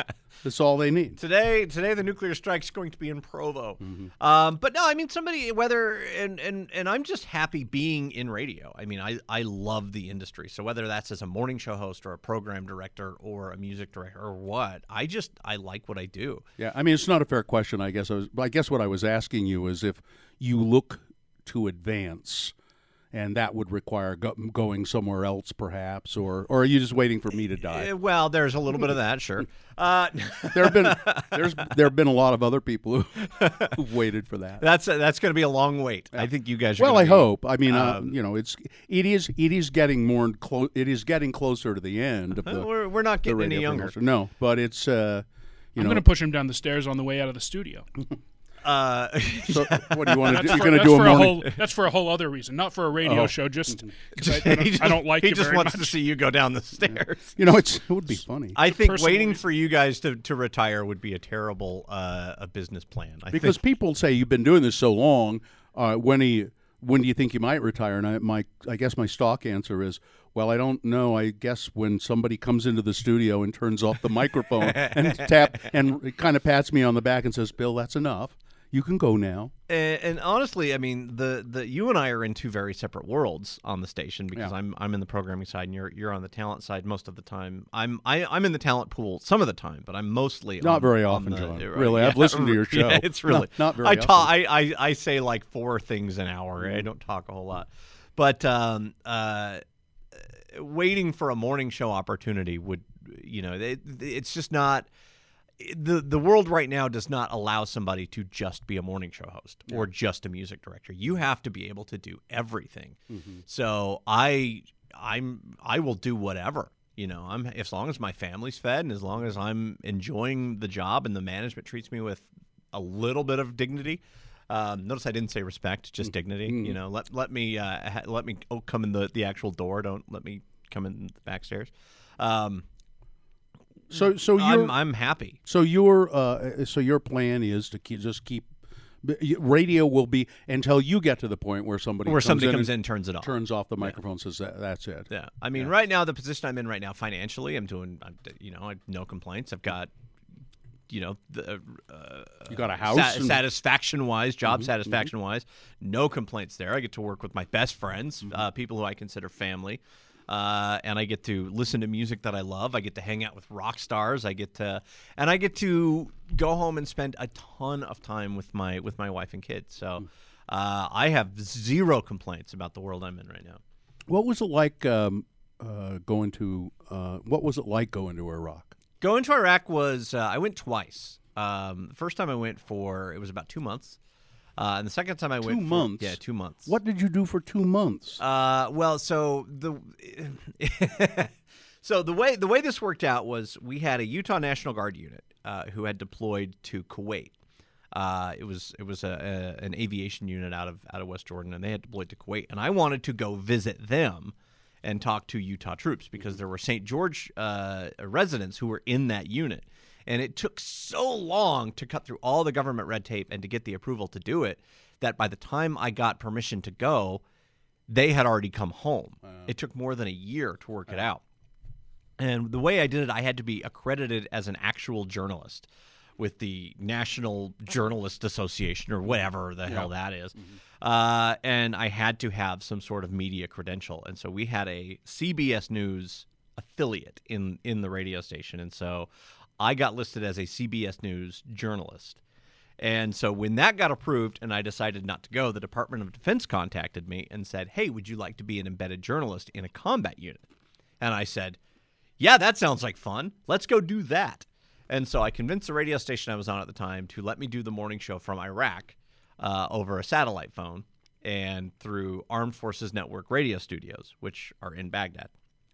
Speaker 3: that's all they need.
Speaker 5: Today, today the nuclear strike's going to be in Provo.
Speaker 3: Mm-hmm.
Speaker 5: Um, but no, I mean somebody whether and and and I'm just happy being in radio. I mean, I I love the industry. So whether that's as a morning show host or a program director or a music director or what, I just I like what I do.
Speaker 3: Yeah, I mean it's not a fair question. I guess I was. but I guess what I was asking you is if you look to advance. And that would require go- going somewhere else, perhaps, or, or are you just waiting for me to die?
Speaker 5: Eh, well, there's a little bit of that, sure. Uh,
Speaker 3: There have been there's there have been a lot of other people who, who've waited for that.
Speaker 5: that's that's going to be a long wait. I think you guys. Are
Speaker 3: Well,
Speaker 5: gonna
Speaker 3: I
Speaker 5: be-
Speaker 3: hope. I mean, uh, you know, it's it is it is getting more close. It is getting closer to the end of
Speaker 5: Well,
Speaker 3: the.
Speaker 5: we're, we're not
Speaker 3: the
Speaker 5: getting any
Speaker 3: radio
Speaker 5: younger.
Speaker 3: promotion. No, but it's uh, you
Speaker 4: I'm
Speaker 3: know.
Speaker 4: gonna push him down the stairs on the way out of the studio.
Speaker 5: Uh,
Speaker 3: so what do you want to
Speaker 4: That's
Speaker 3: do? You're
Speaker 4: for,
Speaker 3: going to
Speaker 4: that's
Speaker 3: do a
Speaker 4: for a
Speaker 3: morning.
Speaker 4: whole that's for a whole other reason, not for a radio show. Just because I, I,
Speaker 5: he
Speaker 4: don't-
Speaker 5: just-
Speaker 4: I don't like
Speaker 5: He
Speaker 4: you
Speaker 5: just
Speaker 4: very
Speaker 5: wants
Speaker 4: much.
Speaker 5: to see you go down the stairs.
Speaker 3: You know, it's it would be funny
Speaker 5: I think
Speaker 4: personal
Speaker 5: waiting
Speaker 4: reason.
Speaker 5: for you guys to, to retire would be a terrible uh, a business plan. I
Speaker 3: because
Speaker 5: think,
Speaker 3: people say you've been doing this so long. Uh, when do you when do you think you might retire? And I my I guess my stock answer is Well, I don't know. I guess when somebody comes into the studio and turns off the microphone and tap and kind of pats me on the back and says, "Bill, that's enough. You can go now."
Speaker 5: And, and honestly, I mean, the, the you and I are in two very separate worlds on the station because I'm I'm in the programming side and you're you're on the talent side most of the time. I'm I, I'm in the talent pool some of the time, but I'm mostly
Speaker 3: Not
Speaker 5: on-
Speaker 3: very
Speaker 5: on
Speaker 3: often,
Speaker 5: the-
Speaker 3: John.
Speaker 5: right,
Speaker 3: Really, I've listened to your show.
Speaker 5: Yeah, it's really
Speaker 3: No, not very
Speaker 5: I talk. I, I I say like four things an hour. I don't talk a whole lot, but um uh, waiting for a morning show opportunity would you know it, it's just not the the world right now does not allow somebody to just be a morning show host or just a music director. You have to be able to do everything.
Speaker 3: Mm-hmm.
Speaker 5: So I I'm I will do whatever. You know, I'm as long as my family's fed and as long as I'm enjoying the job and the management treats me with a little bit of dignity. Um, notice I didn't say respect,
Speaker 3: Mm.
Speaker 5: just dignity. You know, let let me uh, ha- let me oh, come in the the actual door. Don't let me come in the back stairs. Um,
Speaker 3: So, so you're
Speaker 5: I'm I'm happy.
Speaker 3: So your uh, so your plan is to keep, just keep b- radio will be until you get to the point where somebody
Speaker 5: Where
Speaker 3: comes
Speaker 5: somebody
Speaker 3: in
Speaker 5: comes
Speaker 3: and
Speaker 5: in, turns it off.
Speaker 3: turns off the microphone and says that, that's it.
Speaker 5: Yeah, I mean, right now the position I'm in right now financially, I'm doing, I'm, you know, I no complaints. I've got, you know, the, uh,
Speaker 3: You got a house. and- Mm-hmm.
Speaker 5: satisfaction wise, job satisfaction wise, no complaints there. I get to work with my best friends,
Speaker 3: Mm-hmm.
Speaker 5: uh, people who I consider family, uh, and I get to listen to music that I love. I get to hang out with rock stars. I get to, and I get to go home and spend a ton of time with my with my wife and kids.
Speaker 3: Mm.
Speaker 5: So. Uh, I have zero complaints about the world I'm in right now.
Speaker 3: what was it like um, uh, going to? Uh, what was it like going to Iraq?
Speaker 5: Going to Iraq was uh, I went twice. Um, the first time I went for it was about two months, uh, and the second time I
Speaker 3: Two
Speaker 5: went for-
Speaker 3: months?
Speaker 5: yeah, two months.
Speaker 3: What did you do for two months?
Speaker 5: Uh, well, so the so the way the way this worked out was we had a Utah National Guard unit uh, who had deployed to Kuwait. Uh, it was it was a, a, an aviation unit out of out of West Jordan, and they had deployed to Kuwait. And I wanted to go visit them and talk to Utah troops because there were St. George uh, residents who were in that unit. And it took so long to cut through all the government red tape and to get the approval to do it that by the time I got permission to go, they had already come home. It took more than a year to work it out. And the way I did it, I had to be accredited as an actual journalist with the National Journalist Association or whatever the hell that is. Uh, and I had to have some sort of media credential. And so we had a CBS News affiliate in, in the radio station. And so I got listed as a CBS News journalist. And so when that got approved and I decided not to go, the Department of Defense contacted me and said, Hey, would you like to be an embedded journalist in a combat unit? And I said, Yeah, that sounds like fun. Let's go do that. And so I convinced the radio station I was on at the time to let me do the morning show from Iraq uh, over a satellite phone and through Armed Forces Network radio studios, which are in Baghdad,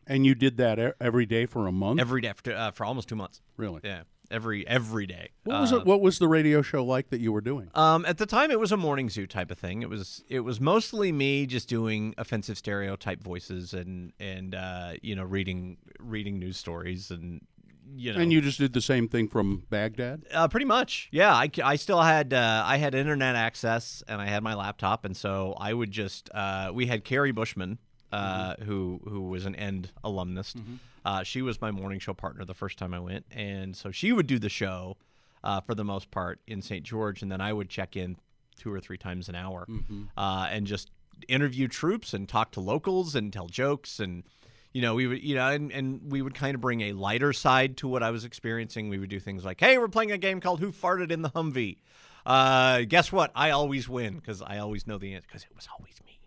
Speaker 3: and you did that e- every day for a month.
Speaker 5: every day for, uh, for almost two months.
Speaker 3: really?
Speaker 5: Yeah, every every day.
Speaker 3: What was
Speaker 5: Uh,
Speaker 3: it? What was the radio show like that you were doing?
Speaker 5: Um, at the time, it was a morning zoo type of thing. It was it was mostly me just doing offensive stereotype voices and and uh, you know reading reading news stories and you know
Speaker 3: And you just did the same thing from Baghdad.
Speaker 5: uh, pretty much yeah I, c- I still had uh, I had internet access and I had my laptop and so I would just uh, we had Carrie Bushman uh, who who was an End alumnus uh, she was my morning show partner the first time I went and so she would do the show uh, for the most part in St George and then I would check in two or three times an hour uh, and just interview troops and talk to locals and tell jokes and you know we would you know and, and we would kind of bring a lighter side to what i was experiencing we would do things like hey we're playing a game called who farted in the humvee uh, guess what i always win because i always know the answer because it was always me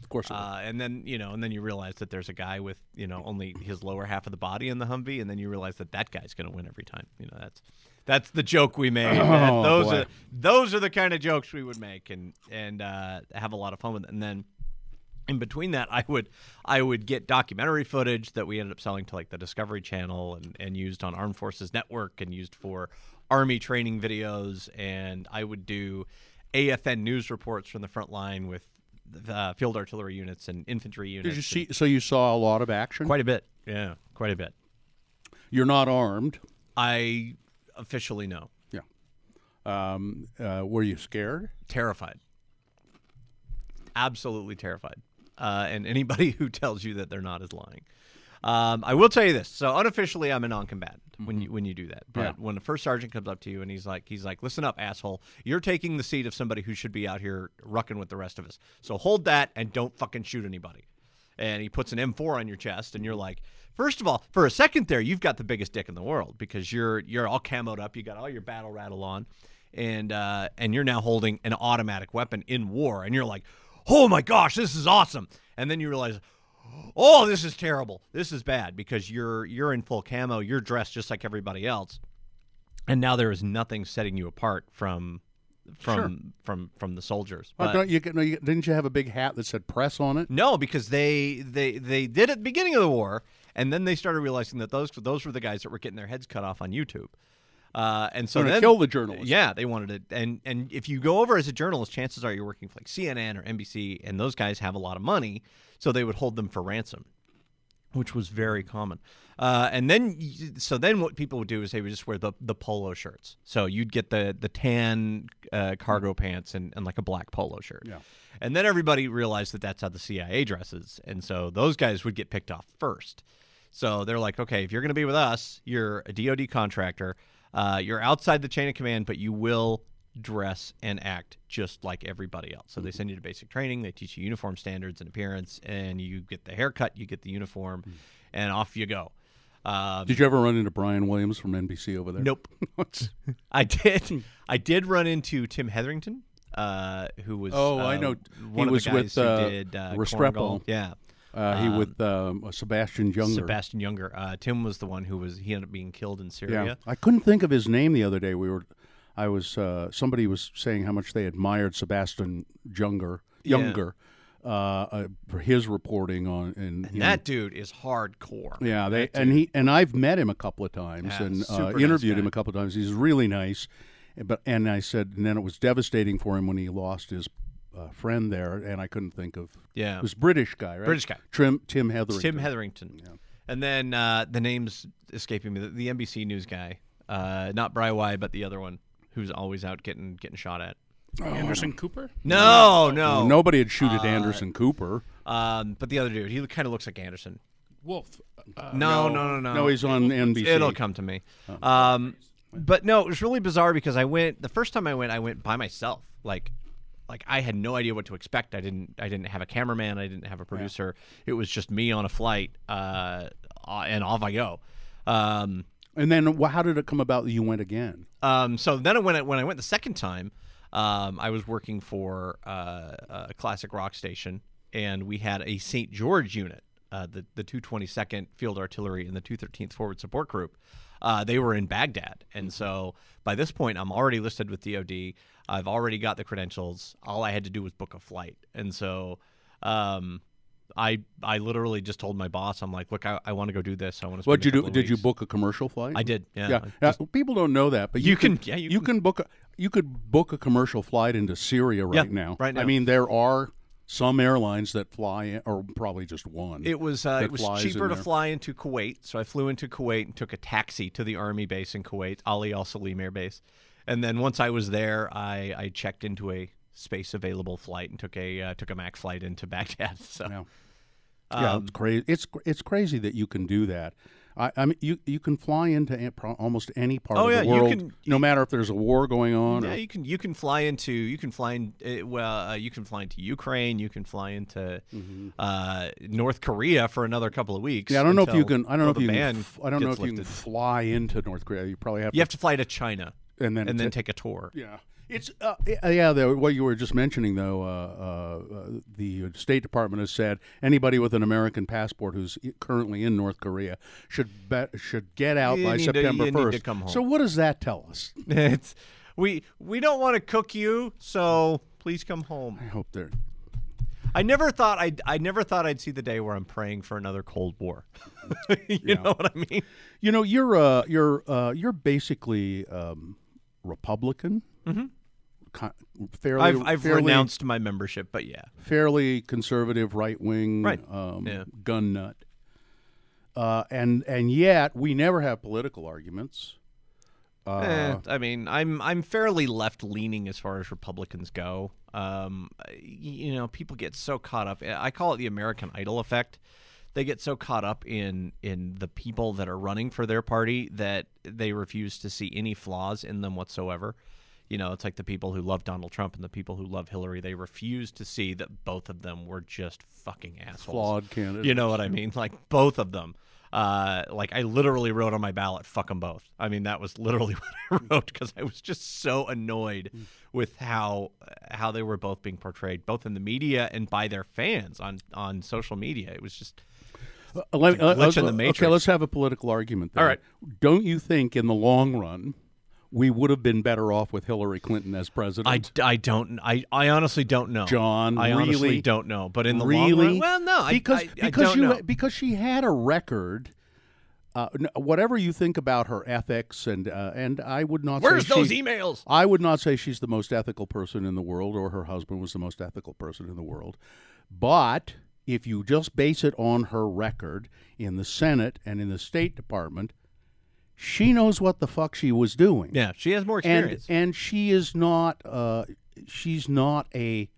Speaker 3: Of course. it was.
Speaker 5: uh, and then you know, and then you realize that there's a guy with you know only his lower half of the body in the Humvee, and then you realize that that guy's going to win every time. You know, that's that's the joke we made. That-
Speaker 3: Oh,
Speaker 5: those
Speaker 3: boy.
Speaker 5: are those are the kind of jokes we would make, and and uh, have a lot of fun with. And then in between that, I would I would get documentary footage that we ended up selling to like the Discovery Channel and and used on Armed Forces Network and used for Army training videos, and I would do AFN news reports from the front line with the uh, field artillery units and infantry units.
Speaker 3: did you
Speaker 5: and
Speaker 3: see? So you saw a lot of action.
Speaker 5: quite a bit? Yeah, quite a bit.
Speaker 3: You're not armed.
Speaker 5: I officially know,
Speaker 3: Yeah. Um, uh, were you scared?
Speaker 5: terrified, absolutely terrified. uh, and anybody who tells you that they're not is lying. Um, I will tell you this. So unofficially, I'm a non-combatant when you when you do that. But when the first sergeant comes up to you and he's like, he's like, "Listen up, asshole! You're taking the seat of somebody who should be out here rucking with the rest of us. So hold that and don't fucking shoot anybody." And he puts an M4 on your chest, and you're like, first of all, for a second there, you've got the biggest dick in the world because you're you're all camoed up, you got all your battle rattle on, and uh, and you're now holding an automatic weapon in war, and you're like, oh my gosh, this is awesome. And then you realize, oh this is terrible this is bad because you're you're in full camo you're dressed just like everybody else and now there is nothing setting you apart from from from from the soldiers
Speaker 3: Well,
Speaker 5: But-
Speaker 3: Uh, don't you, get- no, you, didn't you have a big hat that said press on it?
Speaker 5: no because they they they did it at the beginning of the war and then they started realizing that those those were the guys that were getting their heads cut off on youtube uh, and so
Speaker 3: Wanna
Speaker 5: then
Speaker 3: kill the journalists.
Speaker 5: yeah they wanted it and and if you go over as a journalist chances are you're working for like cnn or nbc and those guys have a lot of money so they would hold them for ransom which was very common. Uh, and then, y- so then what people would do is they would just wear the, the polo shirts. So you'd get the the tan uh, cargo pants and, and like a black polo shirt. Yeah. And then everybody realized that that's how the CIA dresses, and so those guys would get picked off first. So they're like, okay, if you're going to be with us, you're a DoD contractor. Uh, you're outside the chain of command, but you will dress and act just like everybody else.
Speaker 3: Mm-hmm.
Speaker 5: So they send you to basic training, they teach you uniform standards and appearance, and you get the haircut, you get the uniform, and off you go. Um,
Speaker 3: Mm. Did you ever run into Brian Williams from NBC over there?
Speaker 5: Nope. I
Speaker 3: Hmm.
Speaker 5: did. I did run into Tim Hetherington, uh, who was.
Speaker 3: Oh,
Speaker 5: uh,
Speaker 3: I know. He
Speaker 5: One of
Speaker 3: was
Speaker 5: the guys
Speaker 3: with,
Speaker 5: who
Speaker 3: uh,
Speaker 5: did uh,
Speaker 3: Restrepo.
Speaker 5: Cornwall. Yeah.
Speaker 3: Uh, he with um, uh, Sebastian Younger.
Speaker 5: Sebastian Younger. Uh, Tim was the one who was. He ended up being killed in Syria.
Speaker 3: Yeah, I couldn't think of his name the other day. We were, I was, uh, somebody was saying how much they admired Sebastian Junger, Younger, uh, uh, for his reporting on and,
Speaker 5: And
Speaker 3: you know,
Speaker 5: that dude is hardcore.
Speaker 3: yeah, they and he and I've met him a couple of times
Speaker 5: Yeah,
Speaker 3: and
Speaker 5: super
Speaker 3: uh,
Speaker 5: nice
Speaker 3: interviewed
Speaker 5: guy.
Speaker 3: him a couple of times. He's really nice, but and I said, and then it was devastating for him when he lost his uh, friend there, and I couldn't think of
Speaker 5: Yeah.
Speaker 3: it was British guy, right?
Speaker 5: British guy.
Speaker 3: Trim, Tim Hetherington.
Speaker 5: Tim Hetherington. And then uh, the name's escaping me. The, the NBC News guy, uh, not Brywy, but the other one who's always out getting getting shot at.
Speaker 4: Anderson Cooper?
Speaker 5: No, no.
Speaker 3: Nobody had
Speaker 5: uh,
Speaker 3: shooted Anderson Cooper.
Speaker 5: Um, but the other dude, he kind of looks like Anderson.
Speaker 4: Wolf. Uh,
Speaker 5: No, no, no, no.
Speaker 3: No, he's on NBC.
Speaker 5: It'll come to me. Um, but no, it was really bizarre because I went the first time I went, I went by myself. Like, like I had no idea what to expect. I didn't, I didn't have a cameraman. I didn't have a producer. It was just me on a flight, uh, uh, and off I go. Um,
Speaker 3: And then, wh- how did it come about that you went again?
Speaker 5: um, so then when I, when I went the second time, um, I was working for uh, a classic rock station, and we had a St. George unit, uh, the the 222nd Field Artillery and the 213th Forward Support Group. Uh, they were in Baghdad,
Speaker 3: Mm-hmm.
Speaker 5: and so by this point, I'm already listed with DoD. I've already got the credentials. All I had to do was book a flight, and so. Um, I I literally just told my boss I'm like, look, I, I want to go do this. I want to.
Speaker 3: What'd you do? Did you book a commercial flight?
Speaker 5: I did. Yeah.
Speaker 3: Yeah, yeah, people don't know that, but you,
Speaker 5: You
Speaker 3: can,
Speaker 5: can- yeah,
Speaker 3: you,
Speaker 5: you
Speaker 3: can, book a, you could book a commercial flight into Syria right
Speaker 5: Yeah,
Speaker 3: now.
Speaker 5: right
Speaker 3: I
Speaker 5: now.
Speaker 3: mean, there are some airlines that fly, in, or probably just one.
Speaker 5: It was uh,
Speaker 3: that
Speaker 5: it was
Speaker 3: flies in
Speaker 5: cheaper to
Speaker 3: there.
Speaker 5: fly into Kuwait, so I flew into Kuwait and took a taxi to the army base in Kuwait, Ali Al Salim Air Base, and then once I was there, I, I checked into a space available flight and took a uh, took a Mac flight into Baghdad. So
Speaker 3: Yeah. Yeah,
Speaker 5: Um,
Speaker 3: it's crazy. It's cr- it's crazy that you can do that. I, I mean, you you can fly into a- pro- almost any part
Speaker 5: Oh,
Speaker 3: of
Speaker 5: yeah,
Speaker 3: the
Speaker 5: you
Speaker 3: world,
Speaker 5: can-
Speaker 3: no matter if there's a war going on.
Speaker 5: yeah,
Speaker 3: or,
Speaker 5: you can you can fly into you can fly in uh, well uh, you can fly into Ukraine, you can fly into uh, North Korea for another couple of weeks.
Speaker 3: Mm-hmm. yeah, I don't know if you
Speaker 5: until-
Speaker 3: can. I don't know
Speaker 5: until
Speaker 3: if
Speaker 5: the
Speaker 3: you can.
Speaker 5: ban
Speaker 3: f- I don't know if
Speaker 5: gets
Speaker 3: you can
Speaker 5: lifted.
Speaker 3: fly into North Korea. You probably have
Speaker 5: You
Speaker 3: to
Speaker 5: have to fly to China
Speaker 3: And then
Speaker 5: and then
Speaker 3: ta-
Speaker 5: take a tour.
Speaker 3: Yeah, it's uh, y- yeah. The, what you were just mentioning, though, uh, uh, the State Department has said anybody with an American passport who's i- currently in North Korea should be, should get out
Speaker 5: You
Speaker 3: by
Speaker 5: need to-
Speaker 3: September
Speaker 5: you need to
Speaker 3: first.
Speaker 5: come home.
Speaker 3: So what does that tell us?
Speaker 5: it's we we don't want to cook you, so please come home.
Speaker 3: I hope they're
Speaker 5: I never thought I'd I never thought I'd see the day where I'm praying for another Cold War. you know what I mean?
Speaker 3: You know, you're uh, you're uh, you're basically um, Republican. Con- fairly,
Speaker 5: Mm-hmm. I've I've
Speaker 3: fairly,
Speaker 5: renounced my membership, but yeah.
Speaker 3: fairly conservative, right wing,
Speaker 5: Right.
Speaker 3: um,
Speaker 5: Yeah.
Speaker 3: gun nut. Uh, and and yet we never have political arguments.
Speaker 5: Eh, I mean, I'm I'm fairly left leaning as far as Republicans go. Um, y- you know, people get so caught up. eh, I call it the American Idol effect. They get so caught up in in the people that are running for their party that they refuse to see any flaws in them whatsoever. You know, it's like the people who love Donald Trump and the people who love Hillary. They refuse to see that both of them were just fucking assholes.
Speaker 3: Flawed candidates.
Speaker 5: You know what I mean? Like both of them. Uh, like I literally wrote on my ballot, "Fuck them both." I mean, that was literally what I wrote because I was just so annoyed
Speaker 3: Mm.
Speaker 5: with how uh, how they were both being portrayed, both in the media and by their fans on on social media. It was just
Speaker 3: Uh, let-
Speaker 5: It's a
Speaker 3: uh,
Speaker 5: glitch
Speaker 3: let's-
Speaker 5: in the
Speaker 3: Okay,
Speaker 5: matrix.
Speaker 3: let's have a political argument. Then.
Speaker 5: All right.
Speaker 3: Don't you think in the long run we would have been better off with Hillary Clinton as president?
Speaker 5: I, I don't I, I honestly don't know,
Speaker 3: John,
Speaker 5: I
Speaker 3: really?
Speaker 5: honestly don't know, but in the
Speaker 3: really?
Speaker 5: long run, well, no, I-
Speaker 3: because
Speaker 5: I, I,
Speaker 3: because
Speaker 5: don't
Speaker 3: you
Speaker 5: know.
Speaker 3: because she had a record. Uh, n- whatever you think about her ethics and uh, and I would not.
Speaker 5: Where's
Speaker 3: say
Speaker 5: those
Speaker 3: she-
Speaker 5: emails?
Speaker 3: I would not say she's the most ethical person in the world or her husband was the most ethical person in the world. But if you just base it on her record in the Senate and in the State Department, she knows what the fuck she was doing.
Speaker 5: Yeah, she has more
Speaker 3: And
Speaker 5: experience.
Speaker 3: and she is not uh she's not a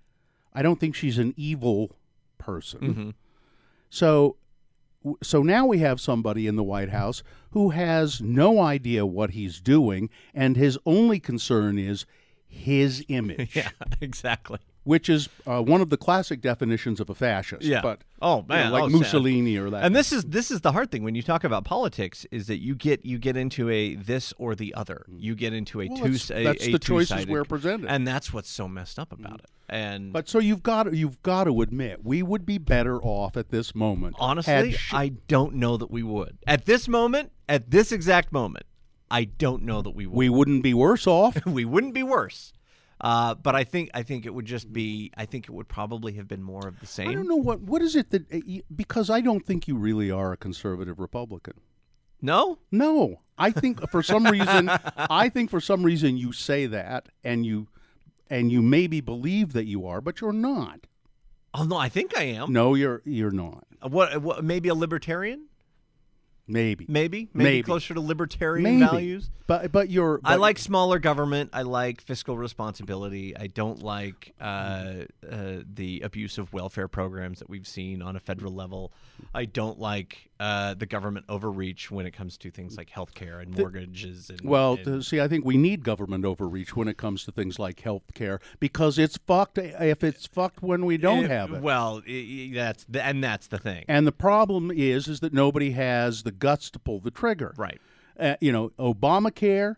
Speaker 3: I don't think she's an evil person.
Speaker 5: Mhm.
Speaker 3: So so now we have somebody in the White House who has no idea what he's doing, and his only concern is his image,
Speaker 5: Yeah, exactly.
Speaker 3: which is uh, one of the classic definitions of a fascist.
Speaker 5: Yeah.
Speaker 3: But
Speaker 5: Oh,
Speaker 3: you know,
Speaker 5: man,
Speaker 3: like
Speaker 5: oh, sad.
Speaker 3: Mussolini or that.
Speaker 5: And this is this is the hard thing when you talk about politics is that you get you get into a this or the other. You get into a
Speaker 3: Mm. Well,
Speaker 5: two.
Speaker 3: that's-
Speaker 5: a,
Speaker 3: that's
Speaker 5: a
Speaker 3: the choices
Speaker 5: two-sided-
Speaker 3: we're presented. Mm.
Speaker 5: and that's what's so messed up about it. And
Speaker 3: but so you've got you've got to admit we would be better off at this moment.
Speaker 5: honestly,
Speaker 3: had she-
Speaker 5: I don't know that we would at this moment, at this exact moment. I don't know that we would.
Speaker 3: we wouldn't be worse off.
Speaker 5: we wouldn't be worse. Uh, but I think I think it would just be I think it would probably have been more of the same.
Speaker 3: I don't know what what is it that uh, you- because I don't think you really are a conservative Republican.
Speaker 5: No,
Speaker 3: No, I think for some reason, I think for some reason you say that and you and you maybe believe that you are, but you're not.
Speaker 5: oh no, I think I am.
Speaker 3: No, you're you're not.
Speaker 5: What, what? Maybe a libertarian?
Speaker 3: Maybe
Speaker 5: Maybe maybe,
Speaker 3: Maybe.
Speaker 5: closer to libertarian
Speaker 3: Maybe.
Speaker 5: values.
Speaker 3: but but you're.
Speaker 5: I
Speaker 3: but-
Speaker 5: like smaller government. I like fiscal responsibility. I don't like uh, uh, the abuse of welfare programs that we've seen on a federal level. I don't like uh, the government overreach when it comes to things like healthcare and mortgages. And,
Speaker 3: Well,
Speaker 5: and-
Speaker 3: th- see, I think we need government overreach when it comes to things like health care because it's fucked if it's fucked when we don't
Speaker 5: Eh,
Speaker 3: have it.
Speaker 5: Well, i- i- that's the, and that's the thing.
Speaker 3: And the problem is, is that nobody has the guts to pull the trigger.
Speaker 5: right.
Speaker 3: uh, you know, Obamacare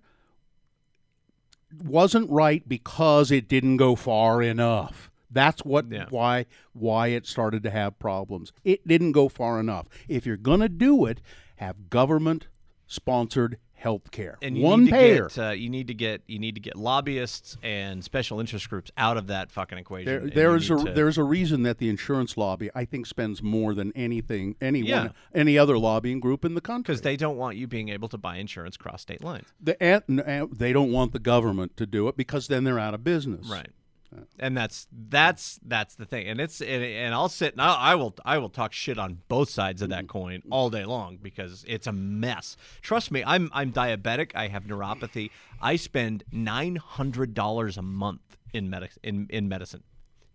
Speaker 3: wasn't right because it didn't go far enough. That's what
Speaker 5: Yeah.
Speaker 3: why why it started to have problems. It didn't go far enough. If you're going to do it, have government sponsored health care.
Speaker 5: And you
Speaker 3: One
Speaker 5: need to
Speaker 3: payer.
Speaker 5: Get, uh, you need to get you need to get lobbyists and special interest groups out of that fucking equation.
Speaker 3: There,
Speaker 5: and
Speaker 3: there
Speaker 5: you
Speaker 3: is a
Speaker 5: need to-
Speaker 3: there's a reason that the insurance lobby I think spends more than anything anyone
Speaker 5: Yeah.
Speaker 3: any other lobbying group in the country.
Speaker 5: because they don't want you being able to buy insurance cross state lines.
Speaker 3: The, and, and they don't want the government to do it because then they're out of business.
Speaker 5: right and that's that's that's the thing and it's and, and i'll sit and I'll, i will i will talk shit on both sides of that coin all day long because it's a mess trust me i'm i'm diabetic i have neuropathy i spend $900 a month in medic in, in medicine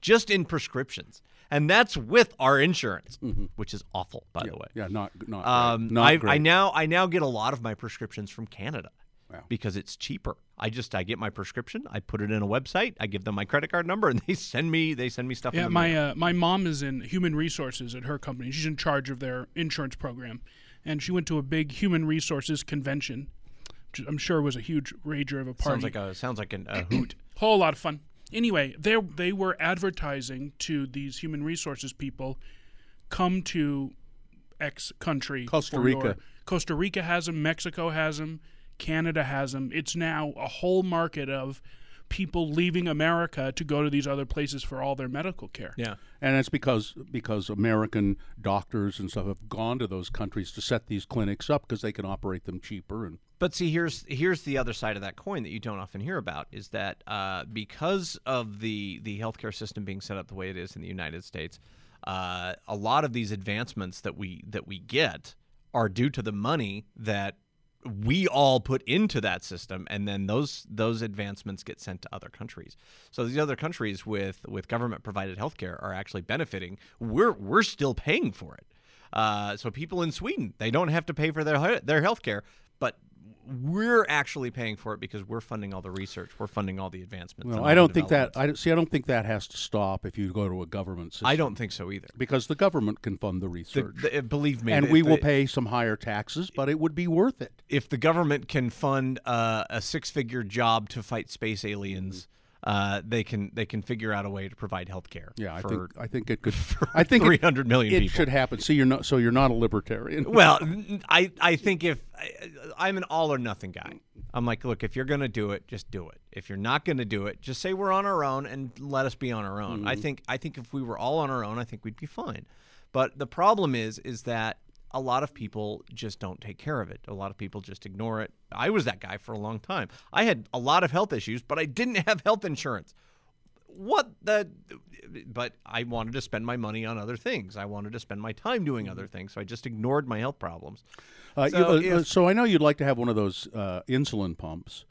Speaker 5: just in prescriptions and that's with our insurance which is awful by the way
Speaker 3: Yeah, not not
Speaker 5: um,
Speaker 3: great. Not
Speaker 5: I,
Speaker 3: great.
Speaker 5: I now I now get a lot of my prescriptions from Canada because it's cheaper. I just I get my prescription, I put it in a website, I give them my credit card number, and they send me they send me stuff. in
Speaker 4: Yeah,
Speaker 5: the
Speaker 4: my
Speaker 5: mail.
Speaker 4: uh, my mom is in human resources at her company. She's in charge of their insurance program, and she went to a big human resources convention, which I'm sure was a huge rager of a party.
Speaker 5: sounds like a sounds like an, a hoot.
Speaker 4: whole lot of fun. Anyway, they they were advertising to these human resources people, come to X country.
Speaker 3: Costa
Speaker 4: for
Speaker 3: Rica.
Speaker 4: your- Costa Rica has them. Mexico has them. Canada has them. It's now a whole market of people leaving America to go to these other places for all their medical care.
Speaker 5: yeah,
Speaker 3: And it's because because American doctors and stuff have gone to those countries to set these clinics up because they can operate them cheaper. And
Speaker 5: But see, here's here's the other side of that coin that you don't often hear about is that uh, because of the the healthcare system being set up the way it is in the United States, uh, a lot of these advancements that we that we get are due to the money that we all put into that system and then those those advancements get sent to other countries so these other countries with with government provided healthcare are actually benefiting we're we're still paying for it uh, so people in Sweden they don't have to pay for their he- their healthcare but we're actually paying for it because we're funding all the research we're funding all the advancements
Speaker 3: Well,
Speaker 5: and
Speaker 3: I
Speaker 5: all
Speaker 3: don't
Speaker 5: the
Speaker 3: think that.
Speaker 5: developments.
Speaker 3: I don't, see. I don't think that has to stop if you go to a government system.
Speaker 5: I don't think so either
Speaker 3: because the government can fund the
Speaker 5: The-
Speaker 3: research,
Speaker 5: the- believe me
Speaker 3: and
Speaker 5: the-
Speaker 3: we will
Speaker 5: the-
Speaker 3: pay some higher taxes, but it would be worth it.
Speaker 5: if the government can fund uh, a six-figure job to fight space aliens, uh, they can they can figure out a way to provide health care.
Speaker 3: Mm-hmm. Yeah, I
Speaker 5: for,
Speaker 3: think I think it could. I think it-
Speaker 5: 300 million
Speaker 3: It
Speaker 5: people.
Speaker 3: should happen. See, you're not. So you're not a libertarian.
Speaker 5: Well, n- I I think if I, I'm an all or nothing guy, I'm like, look, if you're gonna do it, just do it. If you're not gonna do it, just say we're on our own and let us be on our own. I think I think if we were all on our own, I think we'd be fine. But the problem is, is that a lot of people just don't take care of it. A lot of people just ignore it. I was that guy for a long time. I had a lot of health issues, but I didn't have health insurance what the but i wanted to spend my money on other things i wanted to spend my time doing other
Speaker 3: Mm-hmm.
Speaker 5: things so i just ignored my health problems
Speaker 3: Uh,
Speaker 5: So
Speaker 3: you- uh, uh, so,
Speaker 5: if-
Speaker 3: I know you'd like to have one of those uh, insulin pumps.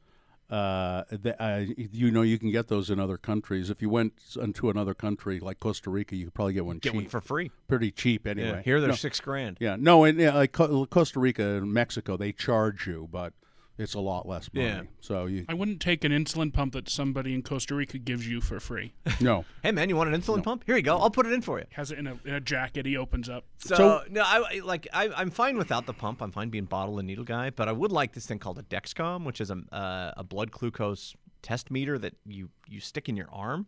Speaker 3: Uh, that uh, you know you can get those in other countries. If you went s- into another country like Costa Rica, you could probably get one
Speaker 5: get
Speaker 3: cheap,
Speaker 5: one for free
Speaker 3: pretty cheap anyway.
Speaker 5: yeah here they're
Speaker 3: No,
Speaker 5: six grand
Speaker 3: Yeah, no, in yeah, like Co- Costa Rica and Mexico, they charge you, but it's a lot less money.
Speaker 5: Yeah.
Speaker 3: So you
Speaker 4: I wouldn't take an insulin pump that somebody in Costa Rica gives you for free.
Speaker 3: no.
Speaker 5: hey man you want an insulin pump here you go i'll put it in for you
Speaker 4: Has it in a, in a jacket he opens up.
Speaker 5: so, no i I- like I, i'm fine without the pump i'm fine being bottle and needle guy but i would like this thing called a dexcom which is a, uh, a blood glucose test meter that you you stick in your arm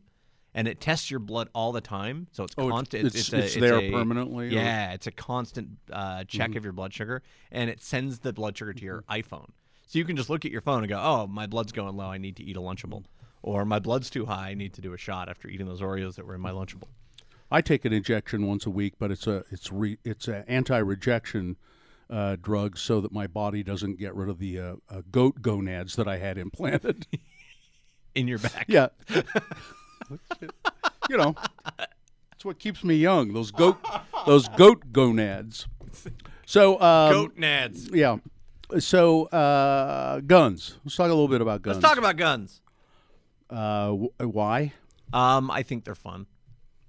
Speaker 5: and it tests your blood all the time, so it's
Speaker 3: Oh, it-
Speaker 5: constant.
Speaker 3: it's- it's there
Speaker 5: a-
Speaker 3: permanently, or- Mm-hmm.
Speaker 5: Yeah, Yeah, it's a constant uh, check of your blood sugar, and it sends the blood sugar to your iPhone. So you can just look at your phone and go, "Oh, my blood's going low. I need to eat a Lunchable," or "My blood's too high. I need to do a shot after eating those Oreos that were in my
Speaker 3: Mm-hmm.
Speaker 5: Lunchable."
Speaker 3: I take an injection once a week, but it's a it's re, it's an anti-rejection uh, drug so that my body doesn't get rid of the uh, uh, goat gonads that I had implanted.
Speaker 5: In your back.
Speaker 3: yeah, you know, it's what keeps me young. Those goat those goat gonads. So um,
Speaker 5: Goat nads.
Speaker 3: yeah. So uh, guns. Let's talk a little bit about guns.
Speaker 5: Let's talk about guns.
Speaker 3: uh, wh- why.
Speaker 5: Um, I think they're fun.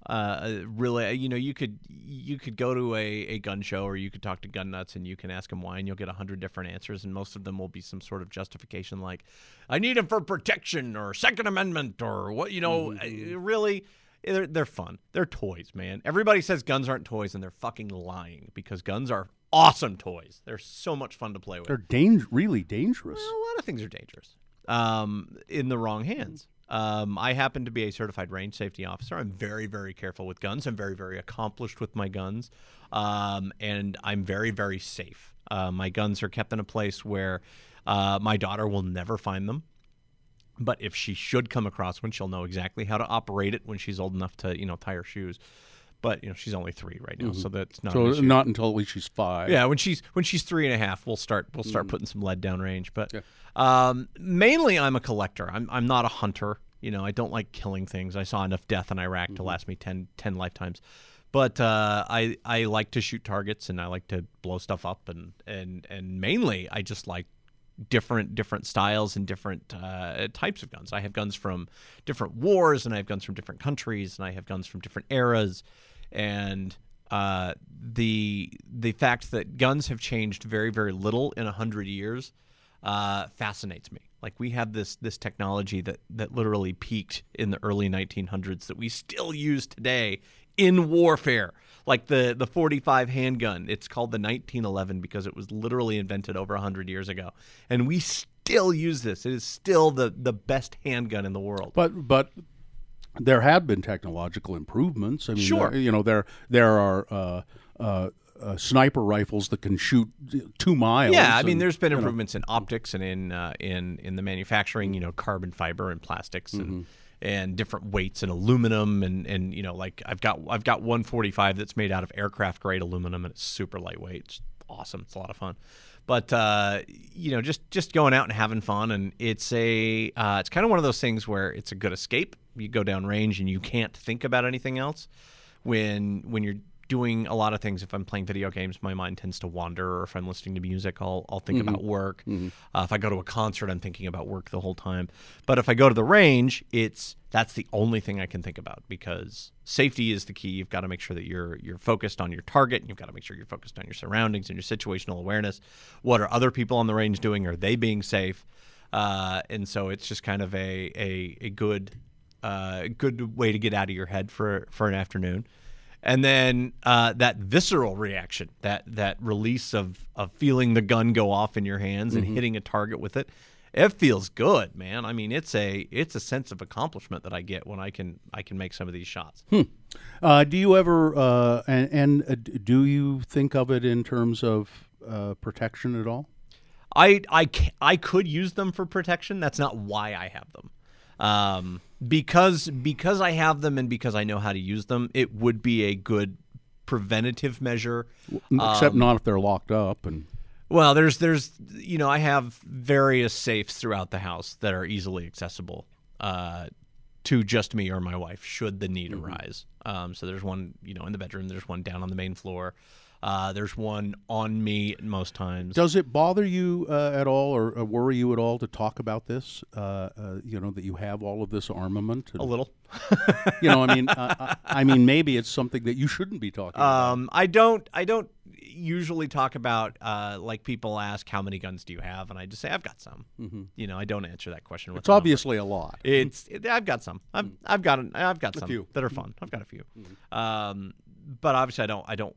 Speaker 5: Uh, really, you know, you could you could go to a, a gun show or you could talk to gun nuts and you can ask them why, and you'll get a hundred different answers, and most of them will be some sort of justification like, "I need them for protection" or Second Amendment or what you know.
Speaker 3: Mm-hmm.
Speaker 5: uh, Really, they're they're fun. They're toys, man. Everybody says guns aren't toys, and they're fucking lying because guns are awesome toys. They're so much fun to play with.
Speaker 3: They're dang- really dangerous.
Speaker 5: Well, a lot of things are dangerous um, in the wrong hands. Um, I happen to be a certified range safety officer. I'm very, very careful with guns. I'm very, very accomplished with my guns. Um, and I'm very, very safe. Uh, my guns are kept in a place where uh, my daughter will never find them. But if she should come across one, she'll know exactly how to operate it when she's old enough to, you know, tie her shoes. But you know, she's only three right now, so that's not. an
Speaker 3: So
Speaker 5: issue.
Speaker 3: not until at least she's five.
Speaker 5: Yeah, when she's when she's three and a half, we'll start we'll start putting some lead down range. But um, mainly, I'm a collector. I'm I'm not a hunter. You know, I don't like killing things. I saw enough death in Iraq to last me 10, 10 lifetimes. But uh, I I like to shoot targets and I like to blow stuff up and and and mainly I just like different different styles and different uh, types of guns. I have guns from different wars, and I have guns from different countries, and I have guns from different eras. And uh, the the fact that guns have changed very very little in a hundred years uh, fascinates me. Like we have this this technology that that literally peaked in the early 1900s that we still use today in warfare. Like the the 45 handgun, it's called the 1911 because it was literally invented over 100 years ago, and we still use this. It is still the the best handgun in the world.
Speaker 3: But but there have been technological improvements. I mean,
Speaker 5: Sure.
Speaker 3: there- you know there there are uh, uh, uh, sniper rifles that can shoot uh, two miles.
Speaker 5: yeah, I mean,
Speaker 3: and-
Speaker 5: there's been improvements in optics and in uh, in in the manufacturing. You know, carbon fiber and plastics
Speaker 3: Mm-hmm.
Speaker 5: and. And different weights and aluminum and, and you know like I've got I've got 145 that's made out of aircraft grade aluminum and it's super lightweight. It's awesome. It's a lot of fun, but uh, you know just just going out and having fun and it's a uh, it's kind of one of those things where it's a good escape. You go down range and you can't think about anything else when when you're doing a lot of things. If I'm playing video games, my mind tends to wander, or if I'm listening to music, I'll, I'll think about work. Uh, if I go to a concert, I'm thinking about work the whole time. But if I go to the range, it's that's the only thing I can think about because safety is the key. You've got to make sure that you're you're focused on your target, and you've got to make sure you're focused on your surroundings and your situational awareness. What are other people on the range doing? Are they being safe? Uh, and so it's just kind of a a, a good uh, good way to get out of your head for for an afternoon and then uh, that visceral reaction, that that release of of feeling the gun go off in your hands and hitting a target with it, it feels good, man. I mean, it's a it's a sense of accomplishment that I get when I can I can make some of these shots.
Speaker 3: Uh, do you ever uh, and, and uh, d- do you think of it in terms of uh, protection at all?
Speaker 5: I I ca- I could use them for protection. That's not why I have them. Um, because because I have them and because I know how to use them, it would be a good preventative measure.
Speaker 3: Except not if they're locked up and
Speaker 5: Well, there's there's you know I have various safes throughout the house that are easily accessible uh, to just me or my wife should the need arise. Um, so there's one you know in the bedroom. There's one down on the main floor. Uh, there's one on me at most times.
Speaker 3: Does it bother you uh, at all, or, or worry you at all, to talk about this? Uh, uh, you know that you have all of this armament. and-
Speaker 5: a little.
Speaker 3: You know, I mean, uh, I, I mean, maybe it's something that you shouldn't be talking about.
Speaker 5: Um, I don't. I don't usually talk about uh, like people ask how many guns do you have, and I just say I've got some. You know, I don't answer that question. with
Speaker 3: It's
Speaker 5: a number.
Speaker 3: obviously a lot.
Speaker 5: It's it, I've got some. I've I've got an, I've got some
Speaker 3: Mm. few. Mm.
Speaker 5: that are fun. I've got a few. Um, but obviously I don't I don't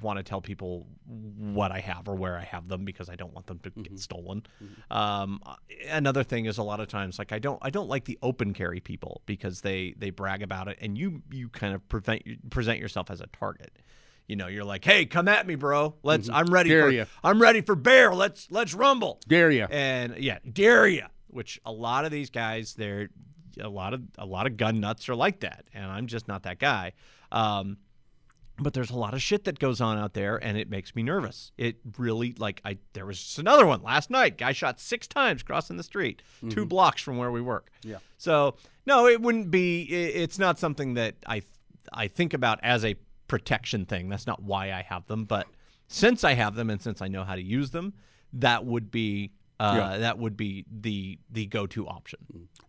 Speaker 5: want to tell people what I have or where I have them because I don't want them to
Speaker 3: Mm-hmm.
Speaker 5: get stolen. Um, uh, another thing is a lot of times like I don't I don't like the open carry people because they they brag about it and you you kind of prevent present yourself as a target. You know, you're like, "Hey, come at me, bro. Let's I'm ready
Speaker 3: Mm-hmm. Dare
Speaker 5: for
Speaker 3: ya.
Speaker 5: I'm ready for bear. Let's let's rumble."
Speaker 3: Dare you?
Speaker 5: and yeah, dare ya, which a lot of these guys, they're a lot of a lot of gun nuts are like that, and I'm just not that guy. Um, but there's a lot of shit that goes on out there, and it makes me nervous. It really like I there was just another one last night. Guy shot six times crossing the street,
Speaker 3: Mm-hmm.
Speaker 5: two blocks from where we work. Yeah. So no, it wouldn't be. i it's not something that I th- I think about as a protection thing. That's not why I have them, but since I have them and since I know how to use them, that would be uh, that would be the the go to option.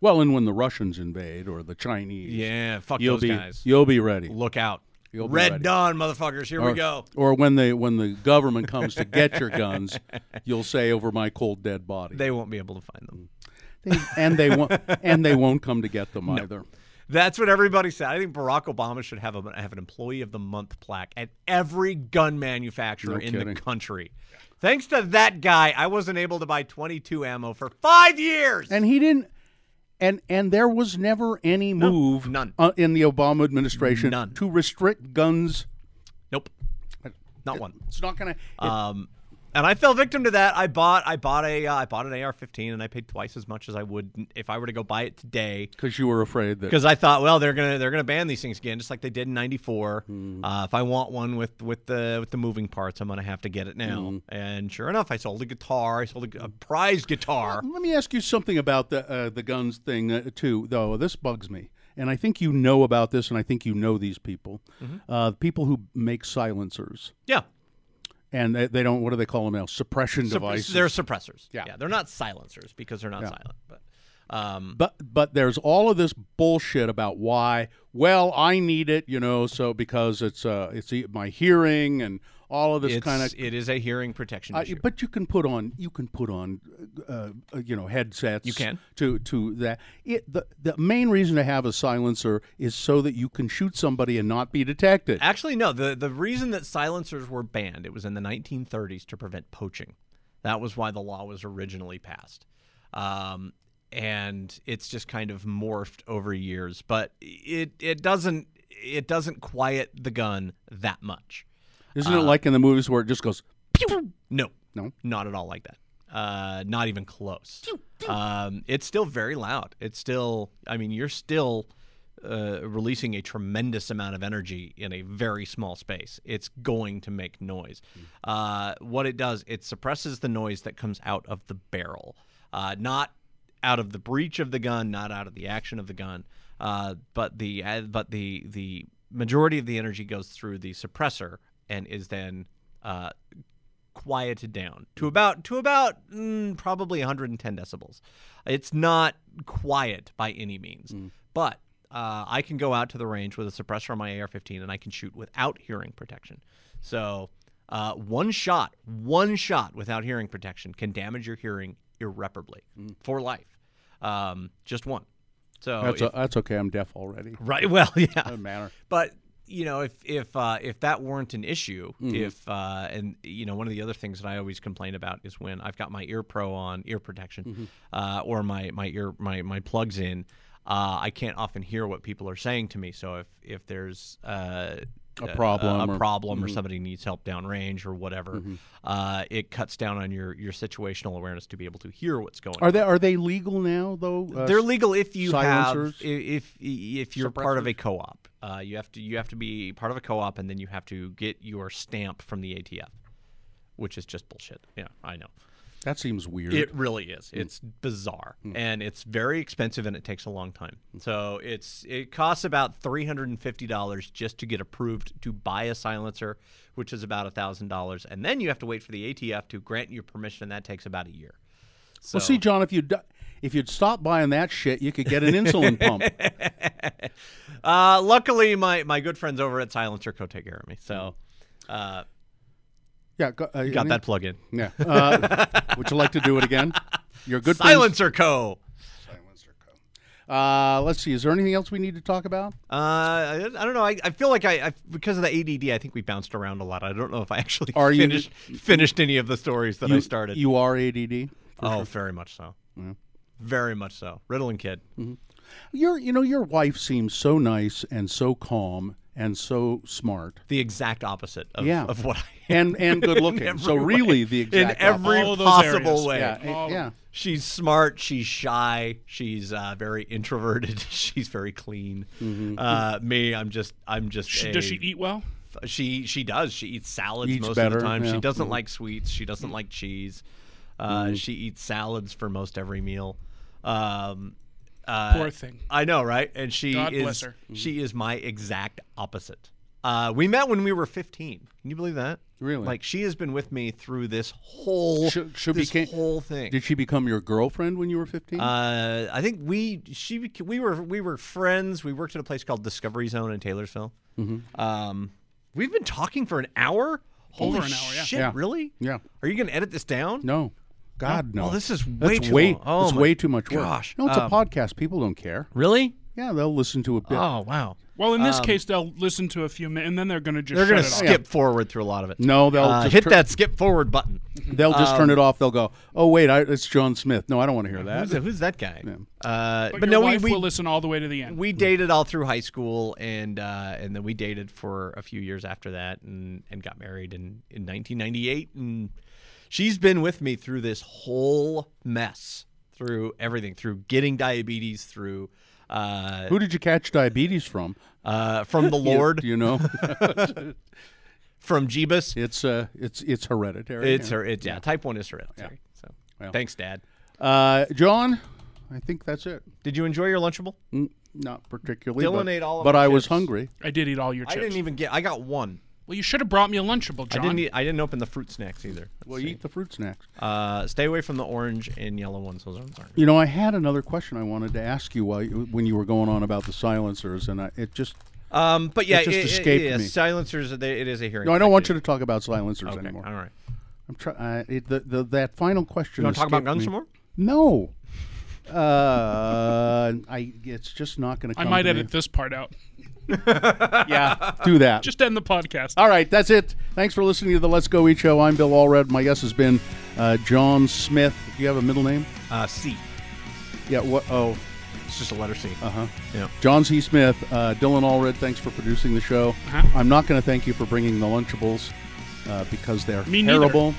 Speaker 3: Well, and when the Russians invade or the Chinese,
Speaker 5: Yeah, fuck
Speaker 3: you'll
Speaker 5: those
Speaker 3: be
Speaker 5: guys.
Speaker 3: you'll be ready.
Speaker 5: Look out,
Speaker 3: You'll be
Speaker 5: Red
Speaker 3: ready. Oh.
Speaker 5: Dawn, motherfuckers! Here we go.
Speaker 3: Or when they when the government comes to get your guns, you'll say over my cold dead body,
Speaker 5: They won't be able to find them.
Speaker 3: They- and they won't and they won't come to get them either.
Speaker 5: That's what everybody said. I think Barack Obama should have a, have an employee of the month plaque at every gun manufacturer
Speaker 3: No
Speaker 5: in
Speaker 3: kidding.
Speaker 5: the country. Thanks to that guy, I wasn't able to buy 22 ammo for five years.
Speaker 3: And he didn't. And and there was never any move
Speaker 5: none.
Speaker 3: Uh, in the Obama administration
Speaker 5: None.
Speaker 3: to restrict guns.
Speaker 5: nope, not one.
Speaker 3: It's not going to.
Speaker 5: Um, and I fell victim to that. I bought I bought a uh, I bought an AR-15 and I paid twice as much as I would if I were to go buy it today.
Speaker 3: Because you were afraid that.
Speaker 5: because I thought, well, they're gonna they're gonna ban these things again, just like they did in '94.
Speaker 3: Hmm.
Speaker 5: Uh, if I want one with with the with the moving parts, I'm gonna have to get it now.
Speaker 3: Hmm.
Speaker 5: And sure enough, I sold a guitar. I sold a, a prize guitar.
Speaker 3: Let me ask you something about the uh, the guns thing uh, too, though. This bugs me, and I think you know about this, and I think you know these people,
Speaker 5: Mm-hmm.
Speaker 3: uh, people who make silencers,
Speaker 5: Yeah,
Speaker 3: and they, they don't. What do they call them now? Suppression
Speaker 5: Supp-
Speaker 3: devices.
Speaker 5: they're suppressors.
Speaker 3: Yeah.
Speaker 5: they're not silencers because they're not silent. But um,
Speaker 3: but but there's all of this bullshit about why. Well, I need it, you know, so because it's uh it's e- my hearing and all of this
Speaker 5: it's
Speaker 3: kind of
Speaker 5: it is a hearing protection
Speaker 3: Uh,
Speaker 5: issue.
Speaker 3: but you can put on you can put on uh, uh, you know headsets.
Speaker 5: You can.
Speaker 3: to to that. It, the the main reason to have a silencer is so that you can shoot somebody and not be detected.
Speaker 5: Actually, no. The the reason that silencers were banned, it was in the 1930s to prevent poaching. That was why the law was originally passed. Um, and it's just kind of morphed over years, but it it doesn't it doesn't quiet the gun that much.
Speaker 3: Isn't
Speaker 5: uh-huh.
Speaker 3: it like in the movies where it just goes?
Speaker 5: No.
Speaker 3: No?
Speaker 5: Not at all like that. Uh, not even close. Um, it's still very loud. It's still, I mean, you're still uh, releasing a tremendous amount of energy in a very small space. It's going to make noise. Uh, what it does, it suppresses the noise that comes out of the barrel, uh, not out of the breach of the gun, not out of the action of the gun, uh, but the uh, but the the majority of the energy goes through the suppressor and is then uh, quieted down to about to about mm, probably 110 decibels. It's not quiet by any means, but uh, I can go out to the range with a suppressor on my AR-15 and I can shoot without hearing protection. So uh, one shot, one shot without hearing protection can damage your hearing irreparably for life. Um, just one. So
Speaker 3: That's,
Speaker 5: Oh, if-
Speaker 3: o- that's okay. I'm deaf already.
Speaker 5: right. Well, yeah.
Speaker 3: Doesn't matter.
Speaker 5: But you know, if if uh, if that weren't an issue,
Speaker 3: Mm-hmm.
Speaker 5: if uh, and you know, one of the other things that I always complain about is when I've got my ear pro on, ear protection,
Speaker 3: Mm-hmm.
Speaker 5: uh, or my my ear my my plugs in. Uh, I can't often hear what people are saying to me. So if if there's uh,
Speaker 3: A problem
Speaker 5: a,
Speaker 3: or- Mm-hmm.
Speaker 5: problem, or somebody needs help downrange or whatever, uh, it cuts down on your your situational awareness to be able to hear what's going. on
Speaker 3: Are they are they legal now though? Uh,
Speaker 5: they're legal if you
Speaker 3: silencers?
Speaker 5: have i- if if you're part of a co-op. Uh, you have to you have to be part of a co-op, and then you have to get your stamp from the ATF, which is just bullshit. Yeah, I know.
Speaker 3: That seems weird.
Speaker 5: It really is. It's bizarre, and it's very expensive, and it takes a long time. So it's it costs about three hundred and fifty dollars just to get approved to buy a silencer, which is about thousand dollars, and then you have to wait for the ATF to grant you permission, and that takes about a year. So,
Speaker 3: well, see, John, if you would if you'd stop buying that shit, you could get an insulin pump.
Speaker 5: Uh, luckily, my, my good friends over at Silencer Co take care of me. So
Speaker 3: Yeah, go, uh,
Speaker 5: you got that plug in.
Speaker 3: Yeah. Uh, would you like to do it again? You're good. friends-
Speaker 5: Silencer Co.
Speaker 3: Uh, let's see. Is there anything else we need to talk about?
Speaker 5: Uh, I, I don't know. I, I feel like I, I because of the ADD, I think we bounced around a lot. I don't know if I actually
Speaker 3: Are you-
Speaker 5: finished finished any of the stories that I
Speaker 3: you,
Speaker 5: started.
Speaker 3: You are ADD.
Speaker 5: oh, very much so. Very much so. Riddling kid.
Speaker 3: Your, you know, your wife seems so nice and so calm and so smart
Speaker 5: The exact opposite of,
Speaker 3: Yeah.
Speaker 5: of what I
Speaker 3: and and good
Speaker 5: every
Speaker 3: looking. so
Speaker 5: way.
Speaker 3: really, the
Speaker 5: in
Speaker 3: exact
Speaker 5: every
Speaker 4: All of those
Speaker 5: possible
Speaker 4: areas.
Speaker 5: way.
Speaker 3: opposite. yeah, eh,
Speaker 4: All-
Speaker 3: yeah.
Speaker 5: She's smart. She's shy. She's uh, very introverted. she's very clean.
Speaker 3: Mm-hmm.
Speaker 5: Uh, me, I'm just, I'm just.
Speaker 4: She,
Speaker 5: a-
Speaker 4: does she eat well?
Speaker 5: She she does. She eats salads
Speaker 3: Eats
Speaker 5: most
Speaker 3: better,
Speaker 5: of the time.
Speaker 3: yeah. Mm-hmm.
Speaker 5: She doesn't like sweets. She doesn't like cheese. Uh, She eats salads for most every meal. Um, uh,
Speaker 4: Poor thing.
Speaker 5: I know, right? And she
Speaker 4: God
Speaker 5: is
Speaker 4: bless her. Mm-hmm.
Speaker 5: she is my exact opposite. Uh, we met when we were 15. Can you believe that?
Speaker 3: Really?
Speaker 5: Like she has been with me through this whole
Speaker 3: She- she
Speaker 5: this
Speaker 3: became-
Speaker 5: whole thing.
Speaker 3: Did she become your girlfriend when you were fifteen?
Speaker 5: Uh, I think we she bec- we were we were friends. We worked at a place called Discovery Zone in Taylorsville.
Speaker 3: Mm-hmm.
Speaker 5: Um, we've been talking for an hour. Holy
Speaker 4: an hour, yeah.
Speaker 5: shit!
Speaker 3: Yeah.
Speaker 5: Really?
Speaker 3: Yeah.
Speaker 5: Are you gonna edit this down?
Speaker 3: no. God no.
Speaker 5: Well, this is way
Speaker 3: That's
Speaker 5: too
Speaker 3: way.
Speaker 5: long. Oh
Speaker 3: it's
Speaker 5: my
Speaker 3: way too much work.
Speaker 5: gosh.
Speaker 3: No, it's
Speaker 5: Um,
Speaker 3: a podcast. People don't care.
Speaker 5: Really?
Speaker 3: Yeah, they'll listen to a bit.
Speaker 5: Oh wow.
Speaker 4: Well, in this case, they'll listen to a few minutes and then they're going to just
Speaker 5: They're
Speaker 4: shut
Speaker 5: gonna
Speaker 4: it off.
Speaker 5: skip forward through a lot of it.
Speaker 3: No, they'll
Speaker 5: Uh,
Speaker 3: just
Speaker 5: hit
Speaker 3: tur-
Speaker 5: that skip forward button.
Speaker 3: They'll just
Speaker 5: um,
Speaker 3: turn it off. They'll go, "Oh wait, I, it's John Smith." No, I don't want to hear that.
Speaker 5: Who's, who's that guy? Uh,
Speaker 4: But,
Speaker 5: but,
Speaker 4: your
Speaker 5: no, we,
Speaker 4: wife
Speaker 5: we
Speaker 4: will listen all the way to the end.
Speaker 5: we dated all through high school and uh, and then we dated for a few years after that and, and got married in, in 1998 and she's been with me through this whole mess through everything through getting diabetes through uh,
Speaker 3: Who did you catch diabetes from?
Speaker 5: uh, from the
Speaker 3: You-
Speaker 5: Lord
Speaker 3: you, know,
Speaker 5: from Jeebus
Speaker 3: it's uh, it's it's hereditary.
Speaker 5: it's her it's yeah type one is hereditary so
Speaker 3: Well.
Speaker 5: thanks dad
Speaker 3: Uh, John, I think that's it.
Speaker 5: did you enjoy your lunchable
Speaker 3: Not particularly.
Speaker 5: Dylan
Speaker 3: but,
Speaker 5: ate all of
Speaker 3: but
Speaker 5: our
Speaker 3: I was
Speaker 5: chips.
Speaker 3: hungry.
Speaker 4: I did eat all your
Speaker 5: I
Speaker 4: chips.
Speaker 5: didn't even get I got one
Speaker 4: well, you should have brought me a Lunchable, John.
Speaker 5: I didn't eat, I didn't open the fruit snacks either Let's
Speaker 3: Well,
Speaker 5: see.
Speaker 3: you eat the fruit snacks.
Speaker 5: uh, stay away from the orange and yellow ones those ones aren't
Speaker 3: You know, I had another question I wanted to ask you while you, when you were going on about the silencers, and I, it just
Speaker 5: Um, but yeah,
Speaker 3: It just
Speaker 5: it- it-
Speaker 3: escaped
Speaker 5: yeah,
Speaker 3: me.
Speaker 5: Silencers, they- it is a hearing.
Speaker 3: no, I don't want you
Speaker 5: affected.
Speaker 3: to talk about silencers
Speaker 5: Okay,
Speaker 3: anymore.
Speaker 5: All right.
Speaker 3: I'm trying. Uh, it- the, the that final question.
Speaker 5: You want to talk about
Speaker 3: escaped
Speaker 5: guns
Speaker 3: me.
Speaker 5: some more?
Speaker 3: No. Uh, I it's just not going to.
Speaker 4: I might edit this part out.
Speaker 3: Yeah, do that.
Speaker 4: Just end the podcast.
Speaker 3: All right, that's it. Thanks for listening to the Let's Go Eat Show. I'm Bill Allred. My guest has been uh, John Smith. Do you have a middle name?
Speaker 5: Uh, C.
Speaker 3: Yeah. What? Oh,
Speaker 5: It's just a letter C. Uh
Speaker 3: Uh-huh.
Speaker 5: Yeah.
Speaker 3: John C. Smith, uh, Dylan Allred. Thanks for producing the show.
Speaker 4: Uh-huh.
Speaker 3: I'm not going to thank you for bringing the Lunchables uh, because they're
Speaker 4: Me neither.
Speaker 3: terrible.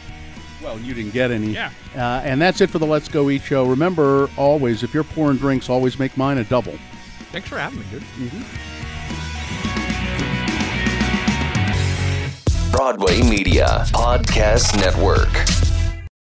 Speaker 3: Well, you didn't get any.
Speaker 4: Yeah.
Speaker 3: Uh, and that's it for the Let's Go Eat Show. Remember, always, if you're pouring drinks, always make mine a double.
Speaker 5: Thanks for having me, dude.
Speaker 10: Broadway Media Podcast Network.